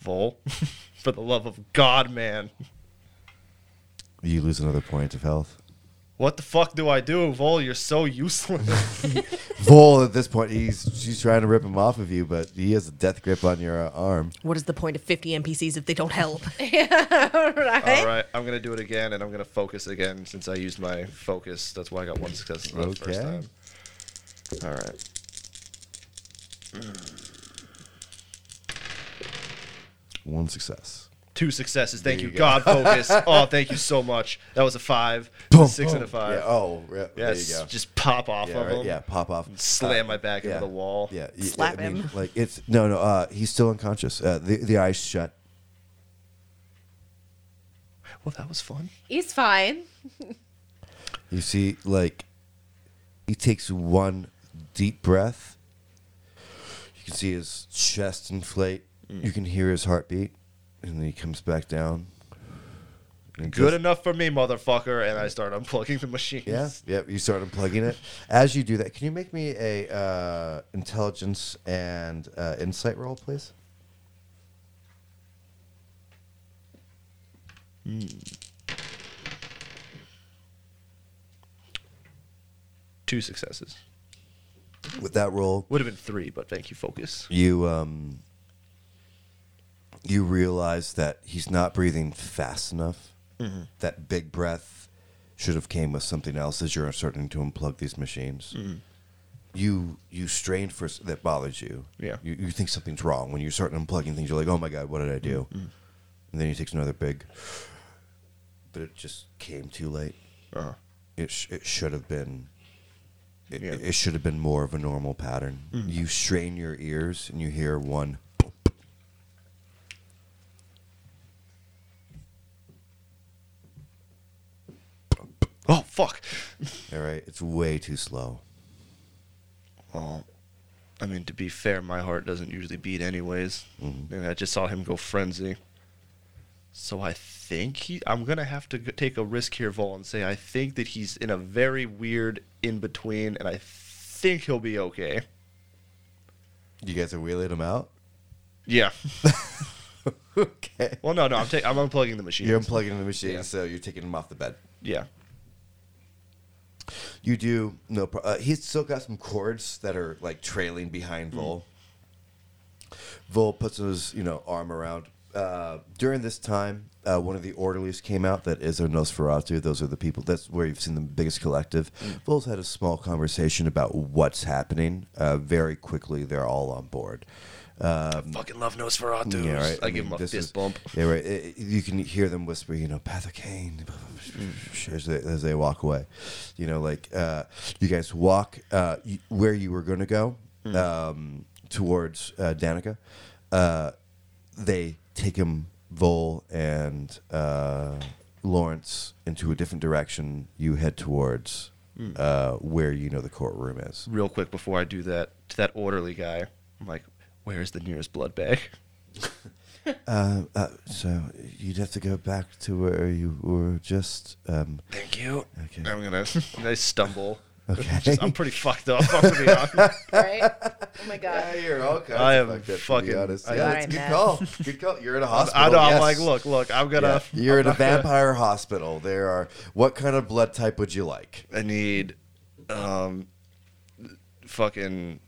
E: Vol, for the love of God, man.
D: You lose another point of health.
E: What the fuck do I do, Vol? You're so useless.
D: Vol at this point, he's she's trying to rip him off of you, but he has a death grip on your uh, arm.
F: What is the point of 50 NPCs if they don't help?
E: all right, I'm gonna do it again, and I'm gonna focus again since I used my focus. That's why I got one success the
D: Okay.
E: first time. All right.
D: One success.
E: Two successes. Thank you, God. Focus. oh, thank you so much. That was a five, a six, and a five.
D: Yeah, oh, yeah,
E: yes.
D: there you go.
E: Just pop off
D: yeah,
E: of
D: right,
E: him.
D: yeah, pop off.
E: Slam
D: Uh,
E: my back
D: yeah,
E: into the wall.
D: Yeah, y-
F: Slap him.
D: Like it's no, no. Uh, he's still unconscious. Uh, the the eyes shut.
E: Well, that was fun.
A: He's fine.
D: You see, like he takes one deep breath. You can see his chest inflate.
E: Mm.
D: You can hear his heartbeat, and then he comes back down. And he
E: Good
D: goes-
E: enough for me, motherfucker. And I start unplugging the machines.
D: Yeah, yep. You start unplugging it. As you do that, can you make me a uh, intelligence and uh, insight roll, please?
E: Two successes.
D: With that roll,
E: Would have been three, but thank you, focus.
D: you um, you realize that he's not breathing fast enough. That big breath should have came with something else as you're starting to unplug these machines. You you strain for s- that bothers you.
E: Yeah.
D: You, you think something's wrong when you're starting unplugging things. You're like, oh my god, what did I do? And then he takes another big, but it just came too late.
E: Uh-huh.
D: it sh- it should have been it,
E: Yeah. Mm-hmm.
D: it should have been more of a normal pattern. You strain your ears and you hear one
E: Oh fuck.
D: all right, it's way too slow.
E: Well, I mean, to be fair, my heart doesn't usually beat anyways,
D: Mm-hmm.
E: and I just saw him go frenzy. So I think he, I'm gonna have to g- take a risk here, Vol, and say I think that he's in a very weird in between, and I think he'll be okay.
D: You guys are wheeling him out?
E: Yeah.
D: okay.
E: Well, no, no, I'm ta- I'm unplugging the machine.
D: You're unplugging the machine,
E: Yeah.
D: so you're taking him off the bed.
E: yeah.
D: You do no. Pro- uh, he's still got some cords that are like trailing behind Vol. Vol puts his you know arm around. Uh, during this time, uh, one of the orderlies came out. That is a Nosferatu. Those are the people. That's where you've seen the biggest collective. Vol's had a small conversation about what's happening. Uh, very quickly, they're all on board.
E: Fucking love Nosferatu.
D: Yeah, right.
E: I, give him
D: mean,
E: a
D: this
E: fist
D: is-
E: bump.
D: Yeah, right. It- it- you can hear them whisper, you know, Path of Cain, as they, as they walk away. You know, like uh, you guys walk uh, y- where you were going to go
E: Hmm.
D: um, towards uh, Danica. Uh, they take him, Vol and uh, Lawrence, into a different direction. You head towards
E: Hmm.
D: uh, where you know the courtroom is.
E: Real quick before I do that, to that orderly guy, I'm like, where's the nearest blood bag?
D: Uh, so you'd have to go back to where you were just. Um,
E: Thank you.
D: Okay.
E: I'm gonna. I stumble.
D: Okay.
E: Just- I'm pretty fucked up. I'm gonna be honest.
A: Right? oh my god.
D: you're all kinds
E: I
D: of
E: am
D: fucked up, to
E: fucking-
D: be honest.
E: I-
D: yeah,
E: All
D: it's
F: right,
D: a good
F: Matt.
D: call. Good call. You're in a hospital.
E: I know. I'm
D: yes.
E: like, look, look. I'm
D: Yeah,
E: gonna.
D: You're in a vampire hospital. There are. What kind of blood type would you like?
E: I need, um, fucking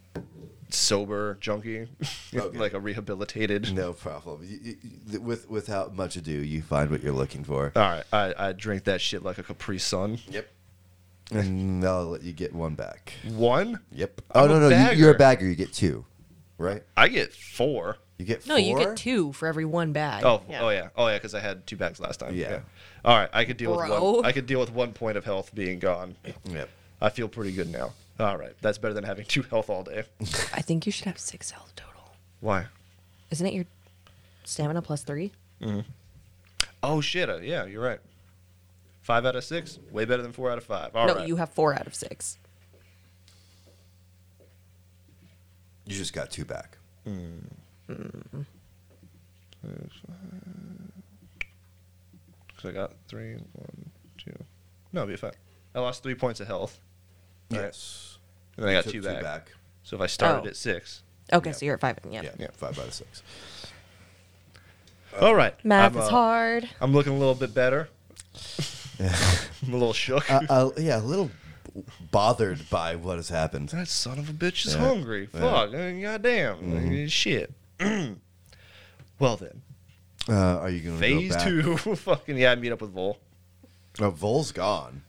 E: sober junkie,
D: Okay.
E: like a rehabilitated.
D: No problem. You- you- you- with without much ado, you find what you're looking for.
E: All right, I, I drink that shit like a Capri Sun.
D: Yep. And I'll let you get one back.
E: One,
D: Yep.
E: I'm
D: oh
E: a
D: no no, you, you're a
E: bagger.
D: bagger. You get two, right?
E: I get four.
D: You get
F: no, you
D: four?
F: get two for every one bag.
E: Oh, oh yeah, oh yeah, because I had two bags last time.
D: Yeah.
E: All right, I could deal with
F: Bro.
E: one. I could deal with one point of health being gone.
D: Yep.
E: I feel pretty good now. All right, that's better than having two health all day.
F: I think you should have six health total.
E: Why?
F: Isn't it your stamina plus three?
E: Oh shit! uh, Yeah, you're right. Five out of six, way better than four out of five. All right.
F: no, you have four out of six.
D: You just got two back.
E: Because I got three, one, two. No, it'd be fine. I lost three points of health. Right.
D: Yes.
E: And then I got
D: Took
E: two back. So if I started
F: Oh.
E: at six.
F: Okay, so you're at five. Yeah.
D: Yeah, five out of six.
E: All right.
F: Math
E: I'm,
F: is
E: uh,
F: hard.
E: I'm looking a little bit better. I'm a little shook.
D: uh, uh, yeah, a little bothered by what has happened.
E: that son of a bitch is
D: Yeah,
E: hungry.
D: yeah. Mm-hmm.
E: Fuck. I mean, goddamn. Like, Shit. well then,
D: Uh, are you going to
E: phase two. fucking yeah, I meet up with Vol.
D: No, Vol's gone.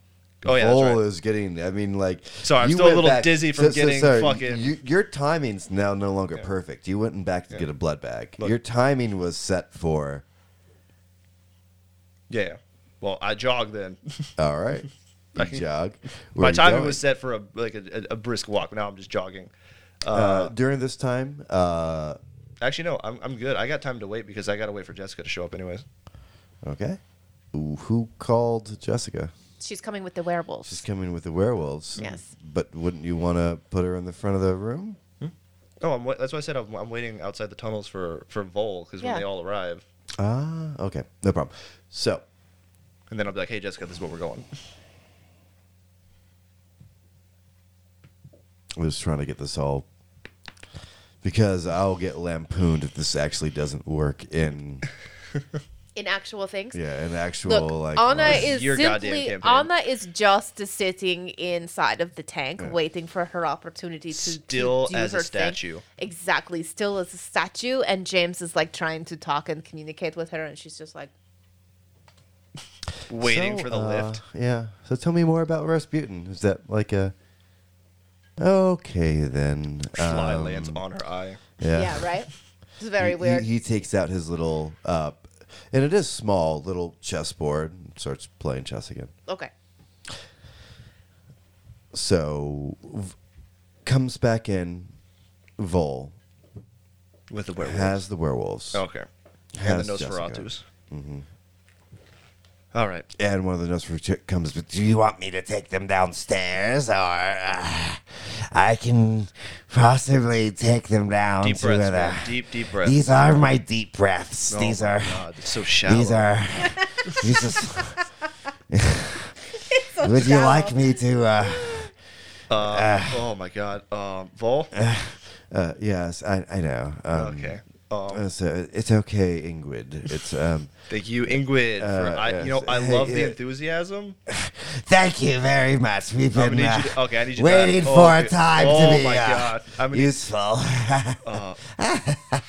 E: Oh, yeah, that's
D: Vol
E: right.
D: is getting. I mean, like.
E: Sorry, I'm
D: you
E: still a
D: went
E: little dizzy from getting fucking-
D: you- your timing's now no longer perfect. You went back to get a blood bag.
E: Look.
D: Your timing was set for.
E: Yeah. yeah. Well, I jogged then.
D: All right, you
E: can-
D: jog. Where
E: My
D: you
E: timing
D: going?
E: was set for a like a, a, a brisk walk. Now I'm just jogging.
D: Uh, during this time, uh,
E: Actually, no, I'm, I'm good. I got time to wait because I got to wait for Jessica to show up, anyways.
D: okay. Ooh, Who called Jessica?
A: She's coming with the werewolves.
D: She's coming with the werewolves.
A: Yes.
D: But wouldn't you want to put her in the front of the room?
E: Oh, I'm, wa- that's why I said I'm, I'm waiting outside the tunnels for for Vol because when
A: Yeah.
E: they all arrive,
D: Ah, okay. No problem. So,
E: and then I'll be like, "Hey, Jessica, this is where we're going."
D: I was trying to get this all because I'll get lampooned if this actually doesn't work in
A: In actual things.
D: yeah an actual
A: Look,
D: like
A: Anna
D: life.
A: is
E: Your goddamn
A: simply
E: campaign.
A: Anna is just sitting inside of the tank, waiting for her opportunity to to
E: Still
A: do
E: as a
A: her thing.
E: statue.
A: Exactly, still as a statue. And James is like trying to talk and communicate with her, and she's just like,
E: Waiting
D: So,
E: for the
D: uh,
E: lift.
D: Yeah. So tell me more about Rasputin. Is that like a okay then?
E: Fly
D: um,
E: lands on her eye.
D: Yeah.
A: yeah, right. It's very
D: He- he-
A: weird.
D: He, takes out his little uh, and it is small little chessboard and starts playing chess again.
A: okay.
D: So v- comes back in. Vol
E: With the werewolf.
D: has the werewolves.
E: okay. And
D: Has
E: the
D: Jessica.
E: Nosferatus.
D: Mm-hmm.
E: All right.
D: and one of the Nosferatu comes. But do you want me to take them downstairs, or uh, I can possibly take them down
E: Deep
D: to
E: breaths,
D: where the-
E: man. Deep, deep breaths.
D: These are my deep breaths.
E: Oh
D: these
E: my
D: are.
E: God, it's so shallow.
D: These are. these is, would you like me to? Uh,
E: Uh, oh my god. Um, Vol.
D: uh, yes, I, I know. Um,
E: okay. Um,
D: uh, so it's okay, Ingrid. It's um.
E: thank you, Ingrid. for,
D: uh,
E: I, You know,
D: yes.
E: I
D: Hey,
E: love the
D: yeah.
E: enthusiasm.
D: Thank you very much. We've
E: I'm
D: been
E: gonna need you
D: uh,
E: to- okay, I need you to
D: waiting
E: add-
D: for
E: oh,
D: a
E: good.
D: time
E: Oh
D: to be
E: my
D: uh,
E: God. Oh, I'm gonna-
D: useful.
E: Uh,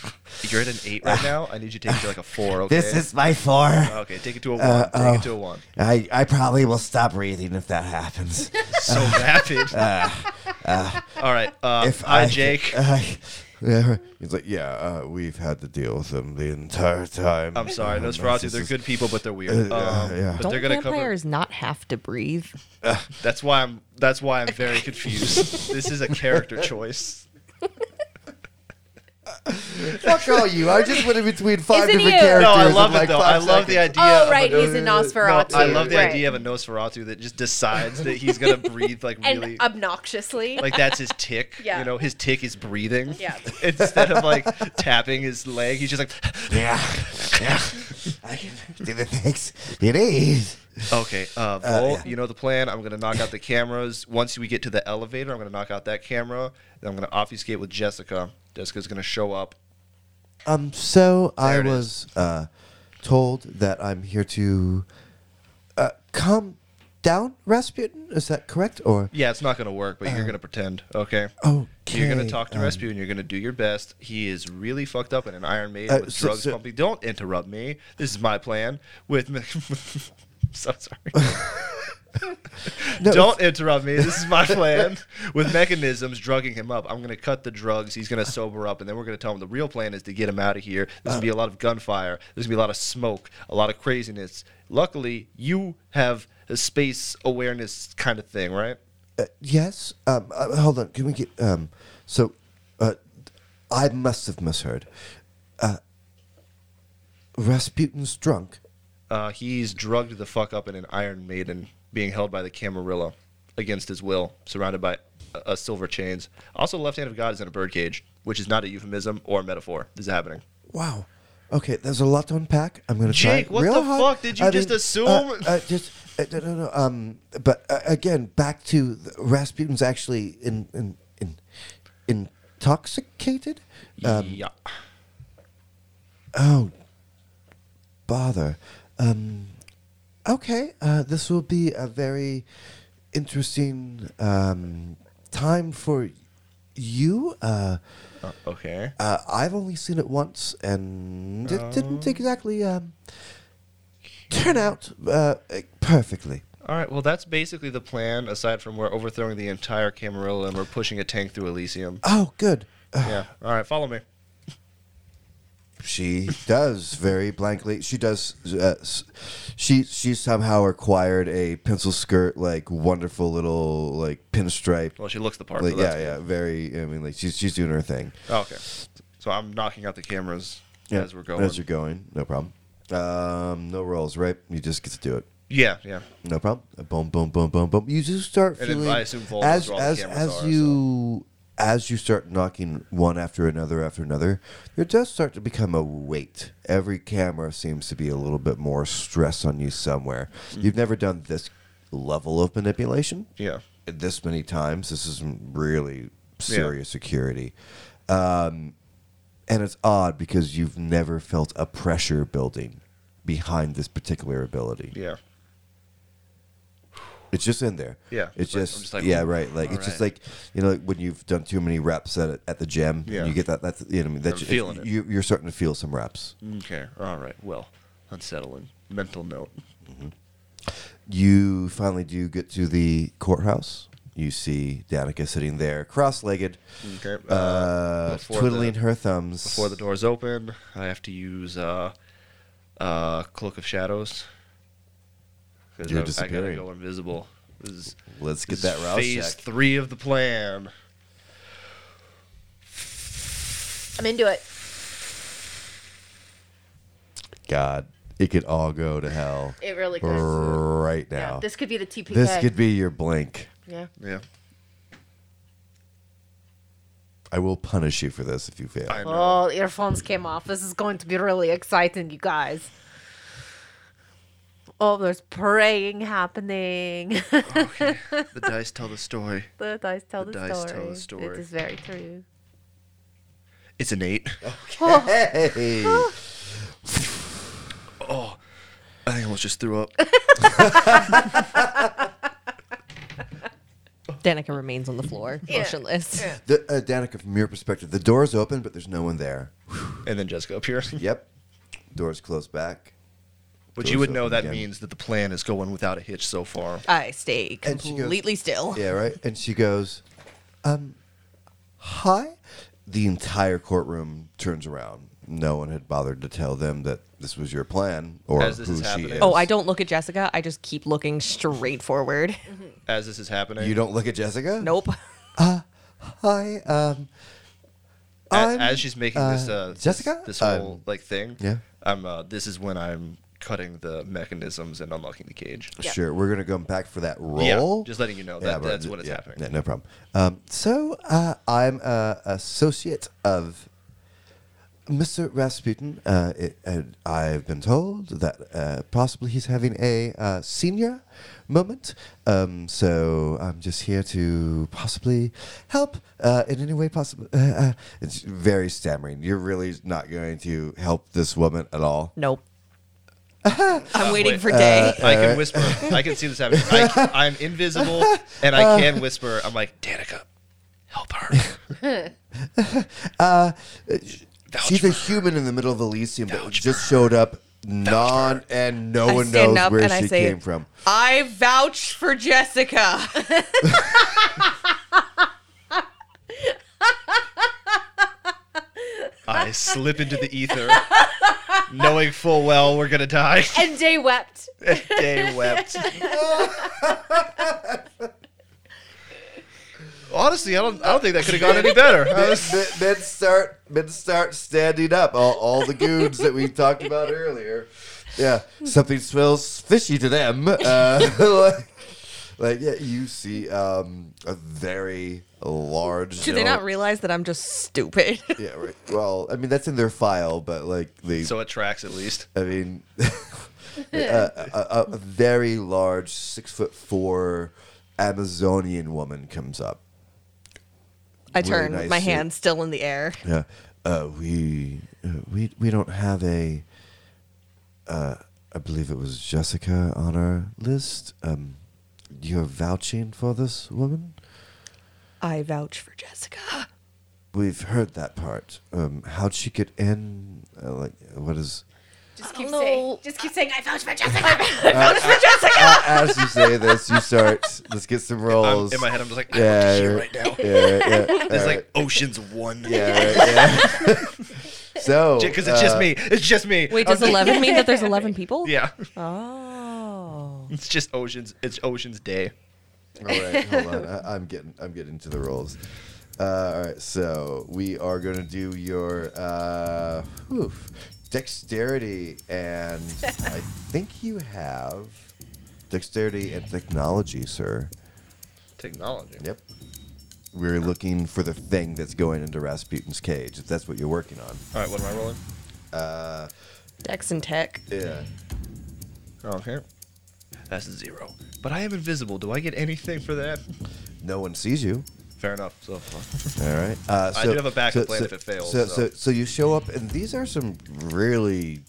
E: You're at an eight right now. I need you to take it to like a four. Okay.
D: This is my four.
E: Okay, take it to a one.
D: Uh,
E: take
D: oh.
E: it to a one.
D: I, I probably will stop breathing if that happens.
E: So rapid. All right. Uh,
D: Uh, if
E: hi,
D: I,
E: Jake.
D: I- yeah, he's like, yeah, uh, we've had to deal with them the entire time.
E: I'm sorry,
D: Um,
E: Nosferatu.
D: this
E: They're
D: is-
E: good people, but they're weird.
D: Uh, uh,
E: Um,
D: yeah.
E: But
F: Don't
E: they're gonna cover.
F: vampires not have to breathe?
E: That's why I'm. That's why I'm very confused. this is a character choice.
D: Fuck all you. I just went in between five
A: Isn't
D: different
A: you?
D: characters.
E: No, I
D: in
E: love
D: like
E: it though.
D: five
E: I love the
D: seconds.
E: idea.
A: oh,
E: of
A: right,
E: a
A: he's a Nosferatu.
E: No, I love the
A: right.
E: idea of a Nosferatu that just decides that he's gonna breathe like
A: and
E: really.
A: obnoxiously.
E: like that's his tick,
A: Yeah.
E: you know. His tick is breathing.
A: Yeah.
E: Instead of like tapping his leg, he's just like,
D: Yeah. yeah. I can do the things you need.
E: Okay, uh, Vol,
D: yeah.
E: you know the plan. I'm gonna knock out the cameras. Once we get to the elevator, I'm gonna knock out that camera. Then I'm gonna obfuscate with Jessica. Jessica's gonna show up.
D: Um, so I
E: There it
D: was uh, told that I'm here to uh, calm down Rasputin. Is that correct? Or
E: Yeah, it's not gonna work, but
D: Uh-huh.
E: you're gonna pretend. Okay.
D: Oh,
E: You're gonna
D: Okay,
E: talk to
D: um,
E: Rescue and you're gonna do your best. He is really fucked up in an Iron Maiden
D: Uh,
E: with
D: so-
E: drugs
D: so-
E: pumping. Don't interrupt me. This is my plan. With me. so sorry.
D: No,
E: Don't interrupt me. This is my plan. With mechanisms drugging him up, I'm gonna cut the drugs. He's gonna sober up, and then we're gonna tell him the real plan is to get him out of here. There's gonna be a lot of gunfire. There's gonna be a lot of smoke, a lot of craziness. Luckily, you have a space awareness kind of thing, right?
D: Uh, yes. Um, uh, hold on. Can we get? Um, so, uh, I must have misheard. Uh, Rasputin's drunk.
E: Uh, he's drugged the fuck up in an Iron Maiden, being held by the Camarilla against his will, surrounded by uh, uh, silver chains. Also, the left hand of God is in a birdcage, which is not a euphemism or a metaphor. This is happening.
D: Wow. Okay, there's a lot to unpack. I'm gonna try.
E: Jake, what
D: real
E: the
D: hard.
E: fuck? Did you just assume?
D: Uh, uh, just uh, no, no, no. Um, but uh, again, back to the, Rasputin's actually in in in intoxicated. Um,
E: yeah.
D: oh, bother. Um, okay, uh, this will be a very interesting um, time for you. Uh,
E: Uh, okay.
D: uh, I've only seen it once, and it didn't
E: Oh.
D: exactly um, turn out uh, perfectly.
E: All right. Well, that's basically the plan. Aside from we're overthrowing the entire Camarilla and we're pushing a tank through Elysium.
D: Oh, good.
E: yeah. All right. Follow me.
D: She does very blankly. She does. Uh, s- she she somehow acquired a pencil skirt, like wonderful little like pinstripe.
E: Well, she looks the part.
D: Like,
E: But
D: yeah,
E: that's
D: yeah.
E: good.
D: Very. I mean, like she's she's doing her thing.
E: Oh, okay. So I'm knocking out the cameras
D: Yeah,
E: as we're going.
D: As you're going, no problem. Um, no rolls, right? You just get to do it.
E: yeah. Yeah.
D: No problem. Uh, Boom, boom, boom, boom, boom. You just start
E: And then
D: feeling
E: I assume Volvo's
D: as
E: where all the
D: as
E: cameras
D: as
E: are,
D: you as you start knocking one after another after another, there does start to become a weight. Every camera seems to be a little bit more stress on you somewhere.
E: Mm-hmm.
D: You've never done this level of manipulation
E: Yeah.
D: this many times. This is really serious security. Um, and it's odd because you've never felt a pressure building behind this particular ability.
E: Yeah.
D: It's just in there.
E: Yeah. It's
D: It's
E: like-
D: just,
E: I'm just like,
D: yeah,
E: "Ooh,
D: right. Like it's
E: all
D: just
E: right."
D: like you know like when you've done too many reps at it, at the gym,
E: Yeah.
D: and you get that that's you know what I mean, that's
E: I'm feeling it.
D: you, you're starting to feel some reps.
E: Okay. All right. Well, unsettling mental note.
D: You finally do get to the courthouse. You see Danica sitting there, cross-legged,
E: Okay.
D: uh,
E: before
D: twiddling
E: the-
D: her thumbs.
E: Before the doors open, I have to use uh, uh, cloak of shadows. 'Cause
D: You're
E: I- I gotta
D: disappearing.
E: go invisible. This is-
D: Let's get
E: this
D: that
E: is
D: rouse
E: Phase
D: check.
E: three of the plan.
A: I'm into it.
D: God, it could all go to hell
A: It really could.
D: right now.
A: Yeah, this could be the TPK.
D: This could be your blink.
A: yeah.
E: Yeah.
D: I will punish you for this if you fail.
E: I know.
A: Oh, earphones came off. This is going to be really exciting, you guys. Oh, there's praying happening.
E: the dice tell the story.
A: the dice tell
E: The
A: the,
E: dice tell
A: story.
E: the story.
A: It is very true.
E: It's an eight.
D: Oh. Hey.
E: Oh, I think I almost just threw up.
F: Danica remains on the floor, motionless.
D: The, uh, Danica, from your perspective, the door's open, but there's no one there.
E: and then Jessica appears.
D: Yep. Door's closed back.
E: But you would know
D: open
E: that
D: again.
E: means that the plan is going without a hitch so far.
F: I stay
D: And she goes-
F: completely still.
D: Yeah, right? And she goes, um, hi? The entire courtroom turns around. No one had bothered to tell them that this was your plan or
E: As this
D: who
E: is
D: she
E: happening.
D: is.
F: Oh, I don't look at Jessica. I just keep looking straight forward.
E: As this is happening,
D: You don't look at Jessica?
F: Nope.
D: Hi.
E: A-
D: Um, I'm,
E: as she's making this,
D: uh,
E: uh, this-
D: Jessica?
E: this,
D: I'm-
E: whole like thing.
D: Yeah.
E: I'm. Uh, this is when I'm cutting the mechanisms and unlocking the cage.
D: Sure, we're gonna go back for that
E: Yeah,
D: role.
E: just letting you know that- that's when it's
D: yeah,
E: happening.
D: Yeah, no problem. Um, so uh, I'm uh, associate of Mr. Rasputin. Uh, it, and I've been told that uh, possibly he's having a uh, senior moment. Um, so I'm just here to possibly help uh, in any way possible. Uh, uh, it's very stammering. You're really not going to help this woman at all.
F: Nope. I'm waiting
E: wait.
F: for day.
D: uh,
E: I can whisper. I can see this happening. I, can- I'm invisible, and
D: Uh.
E: I can whisper. I'm like, Danica, help her. Vouch
D: She's a
E: for
D: human in the middle of Elysium that
E: Vouch
D: just showed up, non, and no
F: I
D: one
F: stand
D: knows
F: up
D: where
F: and I
D: she
F: say-
D: came from.
F: I vouch for Jessica.
E: I slip into the ether, knowing full well we're gonna die.
A: And Day wept.
E: Day wept. Honestly, I don't. I don't think that could have gone any better. I
D: Men,
E: was-
D: men, men start, men start standing up. All, all the goons that we talked about earlier yeah, something smells fishy to them. Uh, like, like, yeah, you see um, a very large.
F: Do they not realize that I'm just stupid?
D: yeah, right. Well, I mean that's in their file, but like they.
E: So it tracks at least.
D: I mean, a, a, a very large, six foot four Amazonian woman comes up.
F: I
D: Really
F: turn with
D: nice
F: my
D: suit.
F: hand still in the air.
D: Yeah, uh, we uh, we we don't have a. Uh, I believe it was Jessica on our list. Um, you're vouching for this woman.
F: I vouch for Jessica.
D: We've heard that part. Um, how'd she get in? Uh, like, what is?
G: Just keep saying. Just
D: Uh,
G: keep saying. I vouch for Jessica.
D: A- As you say this, you start. Let's get some
E: I'm,
D: rolls.
E: in my head, I'm just like, I yeah,
D: Yeah,
E: here
D: yeah,
E: right now.
D: yeah, yeah,
E: It's
D: all
E: like
D: right.
E: Ocean's One.
D: yeah, right, yeah. so
E: Because it's just
D: uh,
E: me. It's just me.
F: Wait, does 11 mean that there's 11 people?
E: Yeah.
F: Oh.
E: It's just Ocean's. It's Ocean's Day.
D: All right, hold on. I, I'm getting I'm getting to the rolls. Uh, all right, so we are gonna do your uh, whew, dexterity, and I think you have dexterity and technology, sir.
E: Technology.
D: Yep. We're looking for the thing that's going into Rasputin's cage. If that's what you're working on.
E: All right, what am I rolling?
F: Dex and Tech.
D: Yeah.
E: Okay. That's a zero. But I am invisible. Do I get anything for that?
D: No one sees you.
E: Fair enough. So
D: All right. Uh,
E: I do have a backup plan if it fails,
D: So,
E: so.
D: so, so you show up, and these are some really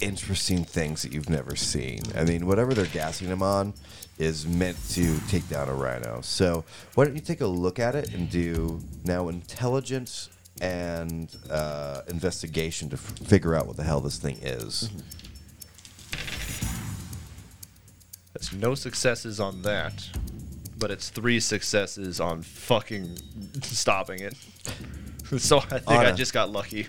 D: interesting things that you've never seen. I mean, whatever they're gassing him on is meant to take down a rhino. So why don't you take a look at it and do now intelligence and uh, investigation to f- figure out what the hell this thing is.
E: that's no successes on that. But it's three successes on fucking stopping it. So I think I
D: Anna.
E: just got lucky.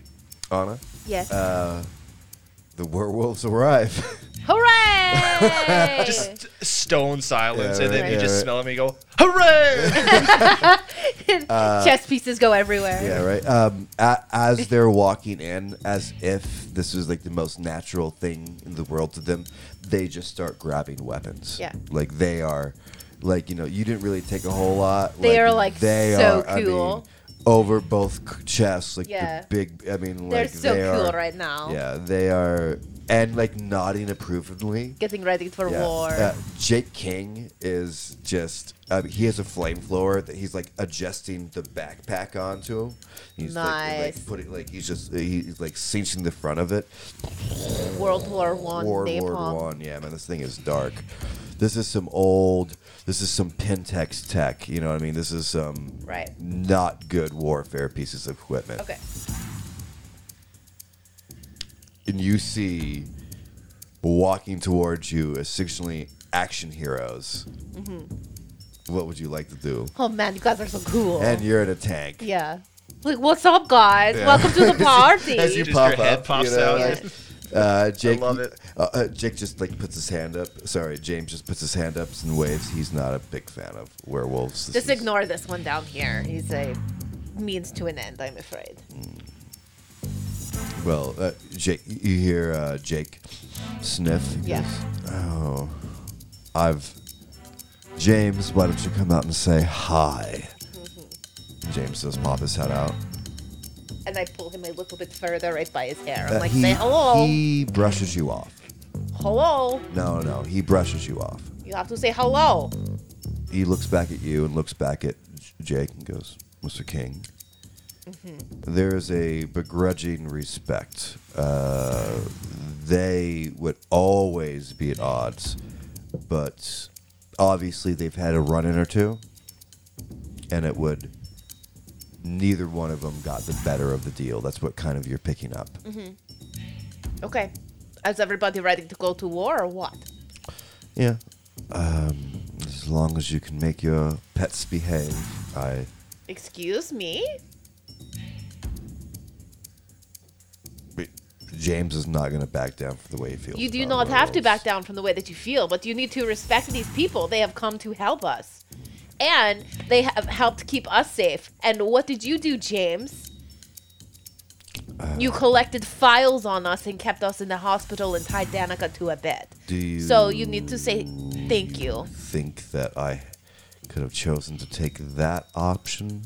D: Anna,
G: yes.
D: the werewolves arrive.
G: Hooray!
E: Just stone silence,
D: Yeah,
E: and then
D: right,
E: you
D: yeah,
E: just
D: right.
E: smell him and go, "Hooray!"
A: Chess pieces go everywhere.
D: uh, Yeah, right. Um, a- as they're walking in, as if this was like the most natural thing in the world to them, they just start grabbing weapons.
A: Yeah.
D: like they are, like you know, you didn't really take a whole lot.
A: They are, like, so
D: I mean,
A: cool.
D: over both c- chests, like
A: Yeah.
D: the big. I mean,
A: They're
D: like
A: so
D: they
A: cool
D: are,
A: right now.
D: Yeah, they are, and like nodding approvingly.
A: Getting ready for
D: Yeah.
A: war.
D: Uh, Jake King is just, um, he has a flamethrower that he's like adjusting the backpack onto him. He's like,
A: Nice.
D: like putting, like, he's just, he's like cinching the front of it.
A: World War One.
D: Ward,
A: napalm.
D: Ward, One. Yeah, man, this thing is dark. This is some old, this is some Pentex tech. You know what I mean? This is some
A: Right.
D: not good warfare pieces of equipment.
A: Okay.
D: and you see walking towards you essentially action heroes.
A: Mm-hmm.
D: What would you like to do?
A: Oh man, you guys are so cool.
D: And you're in a tank.
A: yeah. Like, what's up, guys?
D: Yeah.
A: Welcome to the party.
D: As you
E: Just
D: pop
E: your head
D: up,
E: pops
D: you know,
E: out.
D: like, uh, Jake,
E: love it.
D: Uh, uh, Jake just like puts his hand up. Sorry, James just puts his hand up and waves. He's not a big fan of werewolves. This
A: Just
D: is-
A: ignore this one down here. He's a means to an end, I'm afraid.
D: Well, uh, Jake, you hear uh, Jake sniff. He
A: Yeah.
D: goes, Oh, I've. James, why don't you come out and say hi?
A: Mm-hmm.
D: James does pop his head out.
A: And I pull him a little bit further right by his hair. I'm
D: Uh,
A: like,
D: he,
A: say hello.
D: He brushes you off.
A: hello.
D: No, no, he brushes you off.
A: You have to say hello.
D: He looks back at you and looks back at J- Jake and goes, Mr. King. There is a begrudging respect. Uh, they would always be at odds, but obviously they've had a run in or two, and it would. Neither one of them got the better of the deal. That's what kind of you're picking up.
A: Okay. Is everybody ready to go to war or what?
D: Yeah. Um, as long as you can make your pets behave, I.
A: Excuse me?
D: James is not going to back down for the way he feels.
A: You do
D: about
A: not have to
D: werewolves.
A: back down from the way that you feel, but you need to respect these people. They have come to help us. And they have helped keep us safe. And what did you do, James? You collected files on us and kept us in the hospital and tied Danica to a bed.
D: Do you
A: So you need to say thank you.
D: think that I could have chosen to take that option,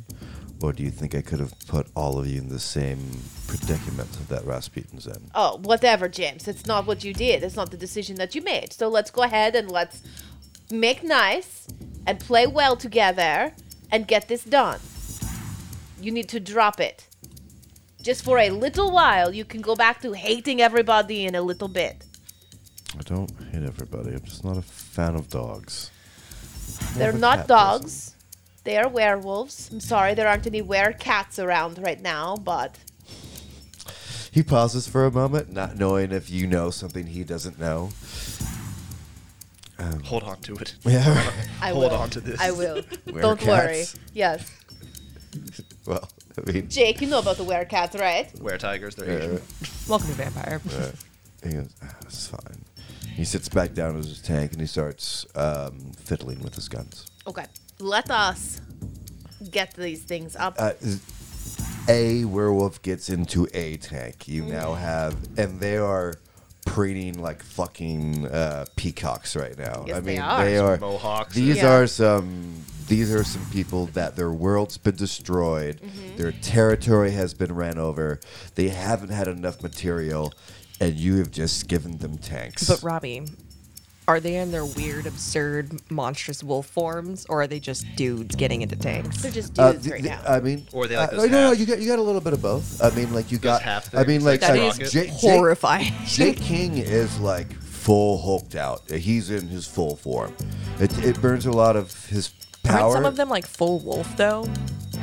D: or do you think I could have put all of you in the same predicament that Rasputin's in?
A: Oh, whatever, James. It's not what you did. It's not the decision that you made. So let's go ahead and let's make nice and play well together and get this done. You need to drop it. Just for a little while, you can go back to hating everybody in a little bit.
D: I don't hate everybody. I'm just not a fan of dogs.
A: They're
D: of a
A: not
D: cat person.
A: dogs. They are werewolves. I'm sorry there aren't any cats around right now, but
D: He pauses for a moment, not knowing if you know something he doesn't know.
E: Hold on to it.
D: Yeah.
A: I
E: Hold
A: will.
E: on to this.
A: I will. Don't worry.
D: Werecats.
A: Yes.
D: Well, I mean,
A: Jake, you know about the werecat, right?
E: Where tigers, they're
D: uh,
E: Asian.
F: Welcome to Vampire.
D: he goes, ah, it's fine. He sits back down in his tank and he starts um, fiddling with his guns.
A: Okay, let us get these things up.
D: uh, a werewolf gets into a tank. You
A: Mm.
D: now have, and they are preening like fucking uh, peacocks right now.
A: Yes,
D: I
A: they
D: mean,
A: are.
D: they are.
E: Mohawks.
D: These
A: Yeah.
D: are some. These are some people that their world's been destroyed.
A: Mm-hmm.
D: Their territory has been ran over. They haven't had enough material, and you have just given them tanks.
F: But Robbie, are they in their weird, absurd, monstrous wolf forms, or are they just dudes getting into tanks?
A: They're just
D: Uh,
A: dudes
D: th-
A: right
D: th-
A: now.
D: I mean,
E: Or they like
D: uh,
E: those
D: no, no,
E: half-
D: you got you got a little bit of both. I mean, like you got.
E: half
D: I mean,
E: things,
D: like,
E: like
D: like
E: Rocket.
D: J- J-
F: horrifying.
D: Jake King is like full hulked out. He's in his full form. It, it burns a lot of his power.
F: Aren't some of them like full wolf though?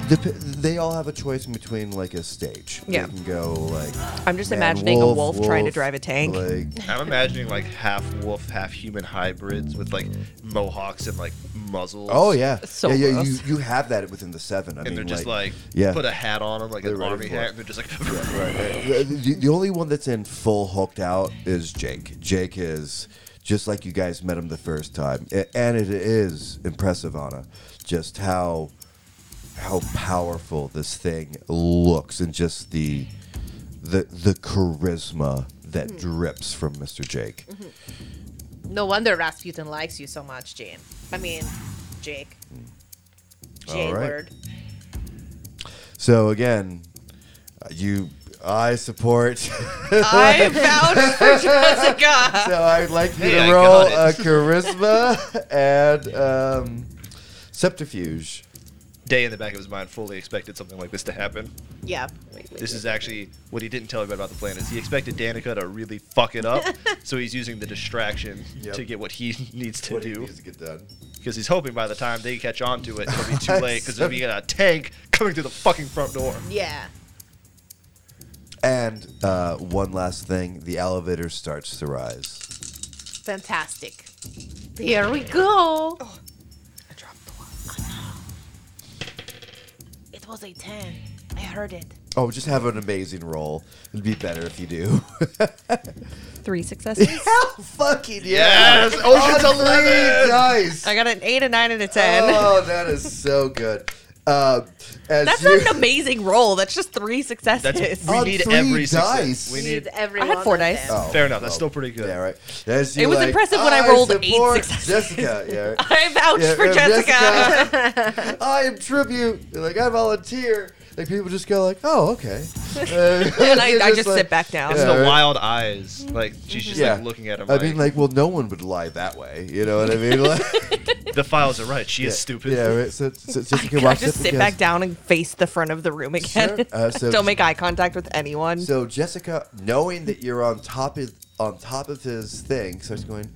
D: Dep- they all have a choice in between like a stage.
F: Yeah.
D: They can go like.
F: I'm just
D: man
F: imagining a wolf, trying to drive a tank.
D: Like,
E: I'm imagining like half wolf, half human hybrids with like mohawks and like muzzles.
D: oh yeah,
F: So
D: yeah, yeah.
F: gross.
D: You, you have that within the seven. I
E: And
D: mean,
E: they're just like,
D: yeah.
E: put a hat on them, like
D: They're
E: an
D: ready
E: army
D: for
E: hat,
D: it.
E: and they're just like,
D: The, the- the only one that's in full hulked out is Jake. Jake is just like you guys met him the first time, A- and it is impressive, Anna, just how how powerful this thing looks, and just the the the charisma that drips from Mr. Jake.
A: no wonder Rasputin likes you so much, Jane. I mean, Jake. J
D: All right.
A: word.
D: So again, uh, you, I support.
F: I vowed for Jessica.
D: So I'd like you
E: Hey,
D: to
E: I
D: roll a
E: got
D: charisma and um, subterfuge.
E: Day in the back of his mind fully expected something like this to happen.
A: Yeah.
E: This is actually what he didn't tell everybody about the plan is he expected Danica to really fuck it up, so he's using the distraction
D: Yep.
E: to get what he needs to
D: What he
E: do
D: needs to get done.
E: because he's hoping by the time they catch on to it, it'll be too late because there'll be a tank coming through the fucking front door.
A: Yeah.
D: And uh, one last thing: the elevator starts to rise.
A: Fantastic. Here we go.
F: I dropped the one.
A: It was a 10. I heard it.
D: Oh, just have an amazing roll. It'd be better if you do.
F: Three successes.
D: Fucking
E: Yes! Ocean's
D: On three
E: 11!
D: Nice.
F: Oh, I got an eight, a nine, and a ten.
D: Oh, that is so good. Uh, as
F: That's
D: you,
F: not an amazing roll. That's just three successes.
E: That's we
D: On
E: need
D: three
E: every success.
D: dice.
E: We
A: Needs
E: need
A: every
F: I had
A: one
F: four
A: of
F: dice.
A: them.
E: fair enough. That's still pretty good.
D: Oh, Yeah, right. As you
F: It was
D: like,
F: impressive when I rolled eight
D: support
F: successes.
D: Jessica, yeah.
F: I vouch
D: Yeah,
F: for
D: uh,
F: Jessica.
D: Jessica, I am tribute. You're like I volunteer. Like people just go like, oh okay. Uh,
F: And I,
D: you're
F: I just
D: like-
F: sit back down.
E: It's
D: Yeah,
E: the
D: right.
E: wild eyes. Like she's just like looking at him.
D: I mean, like, well, no one would lie that way. You know what I mean? Like,
E: the files are right. She
D: yeah,
E: is stupid.
D: Yeah, right. So, so, so Jessica
F: I
D: walks
F: Oh just
D: up
F: sit
D: and
F: back
D: goes,
F: down and face the front of the room
D: "Sir,
F: again.
D: uh, so-
F: Don't make eye contact with anyone.
D: So Jessica, knowing that you're on top of on top of his thing, starts going,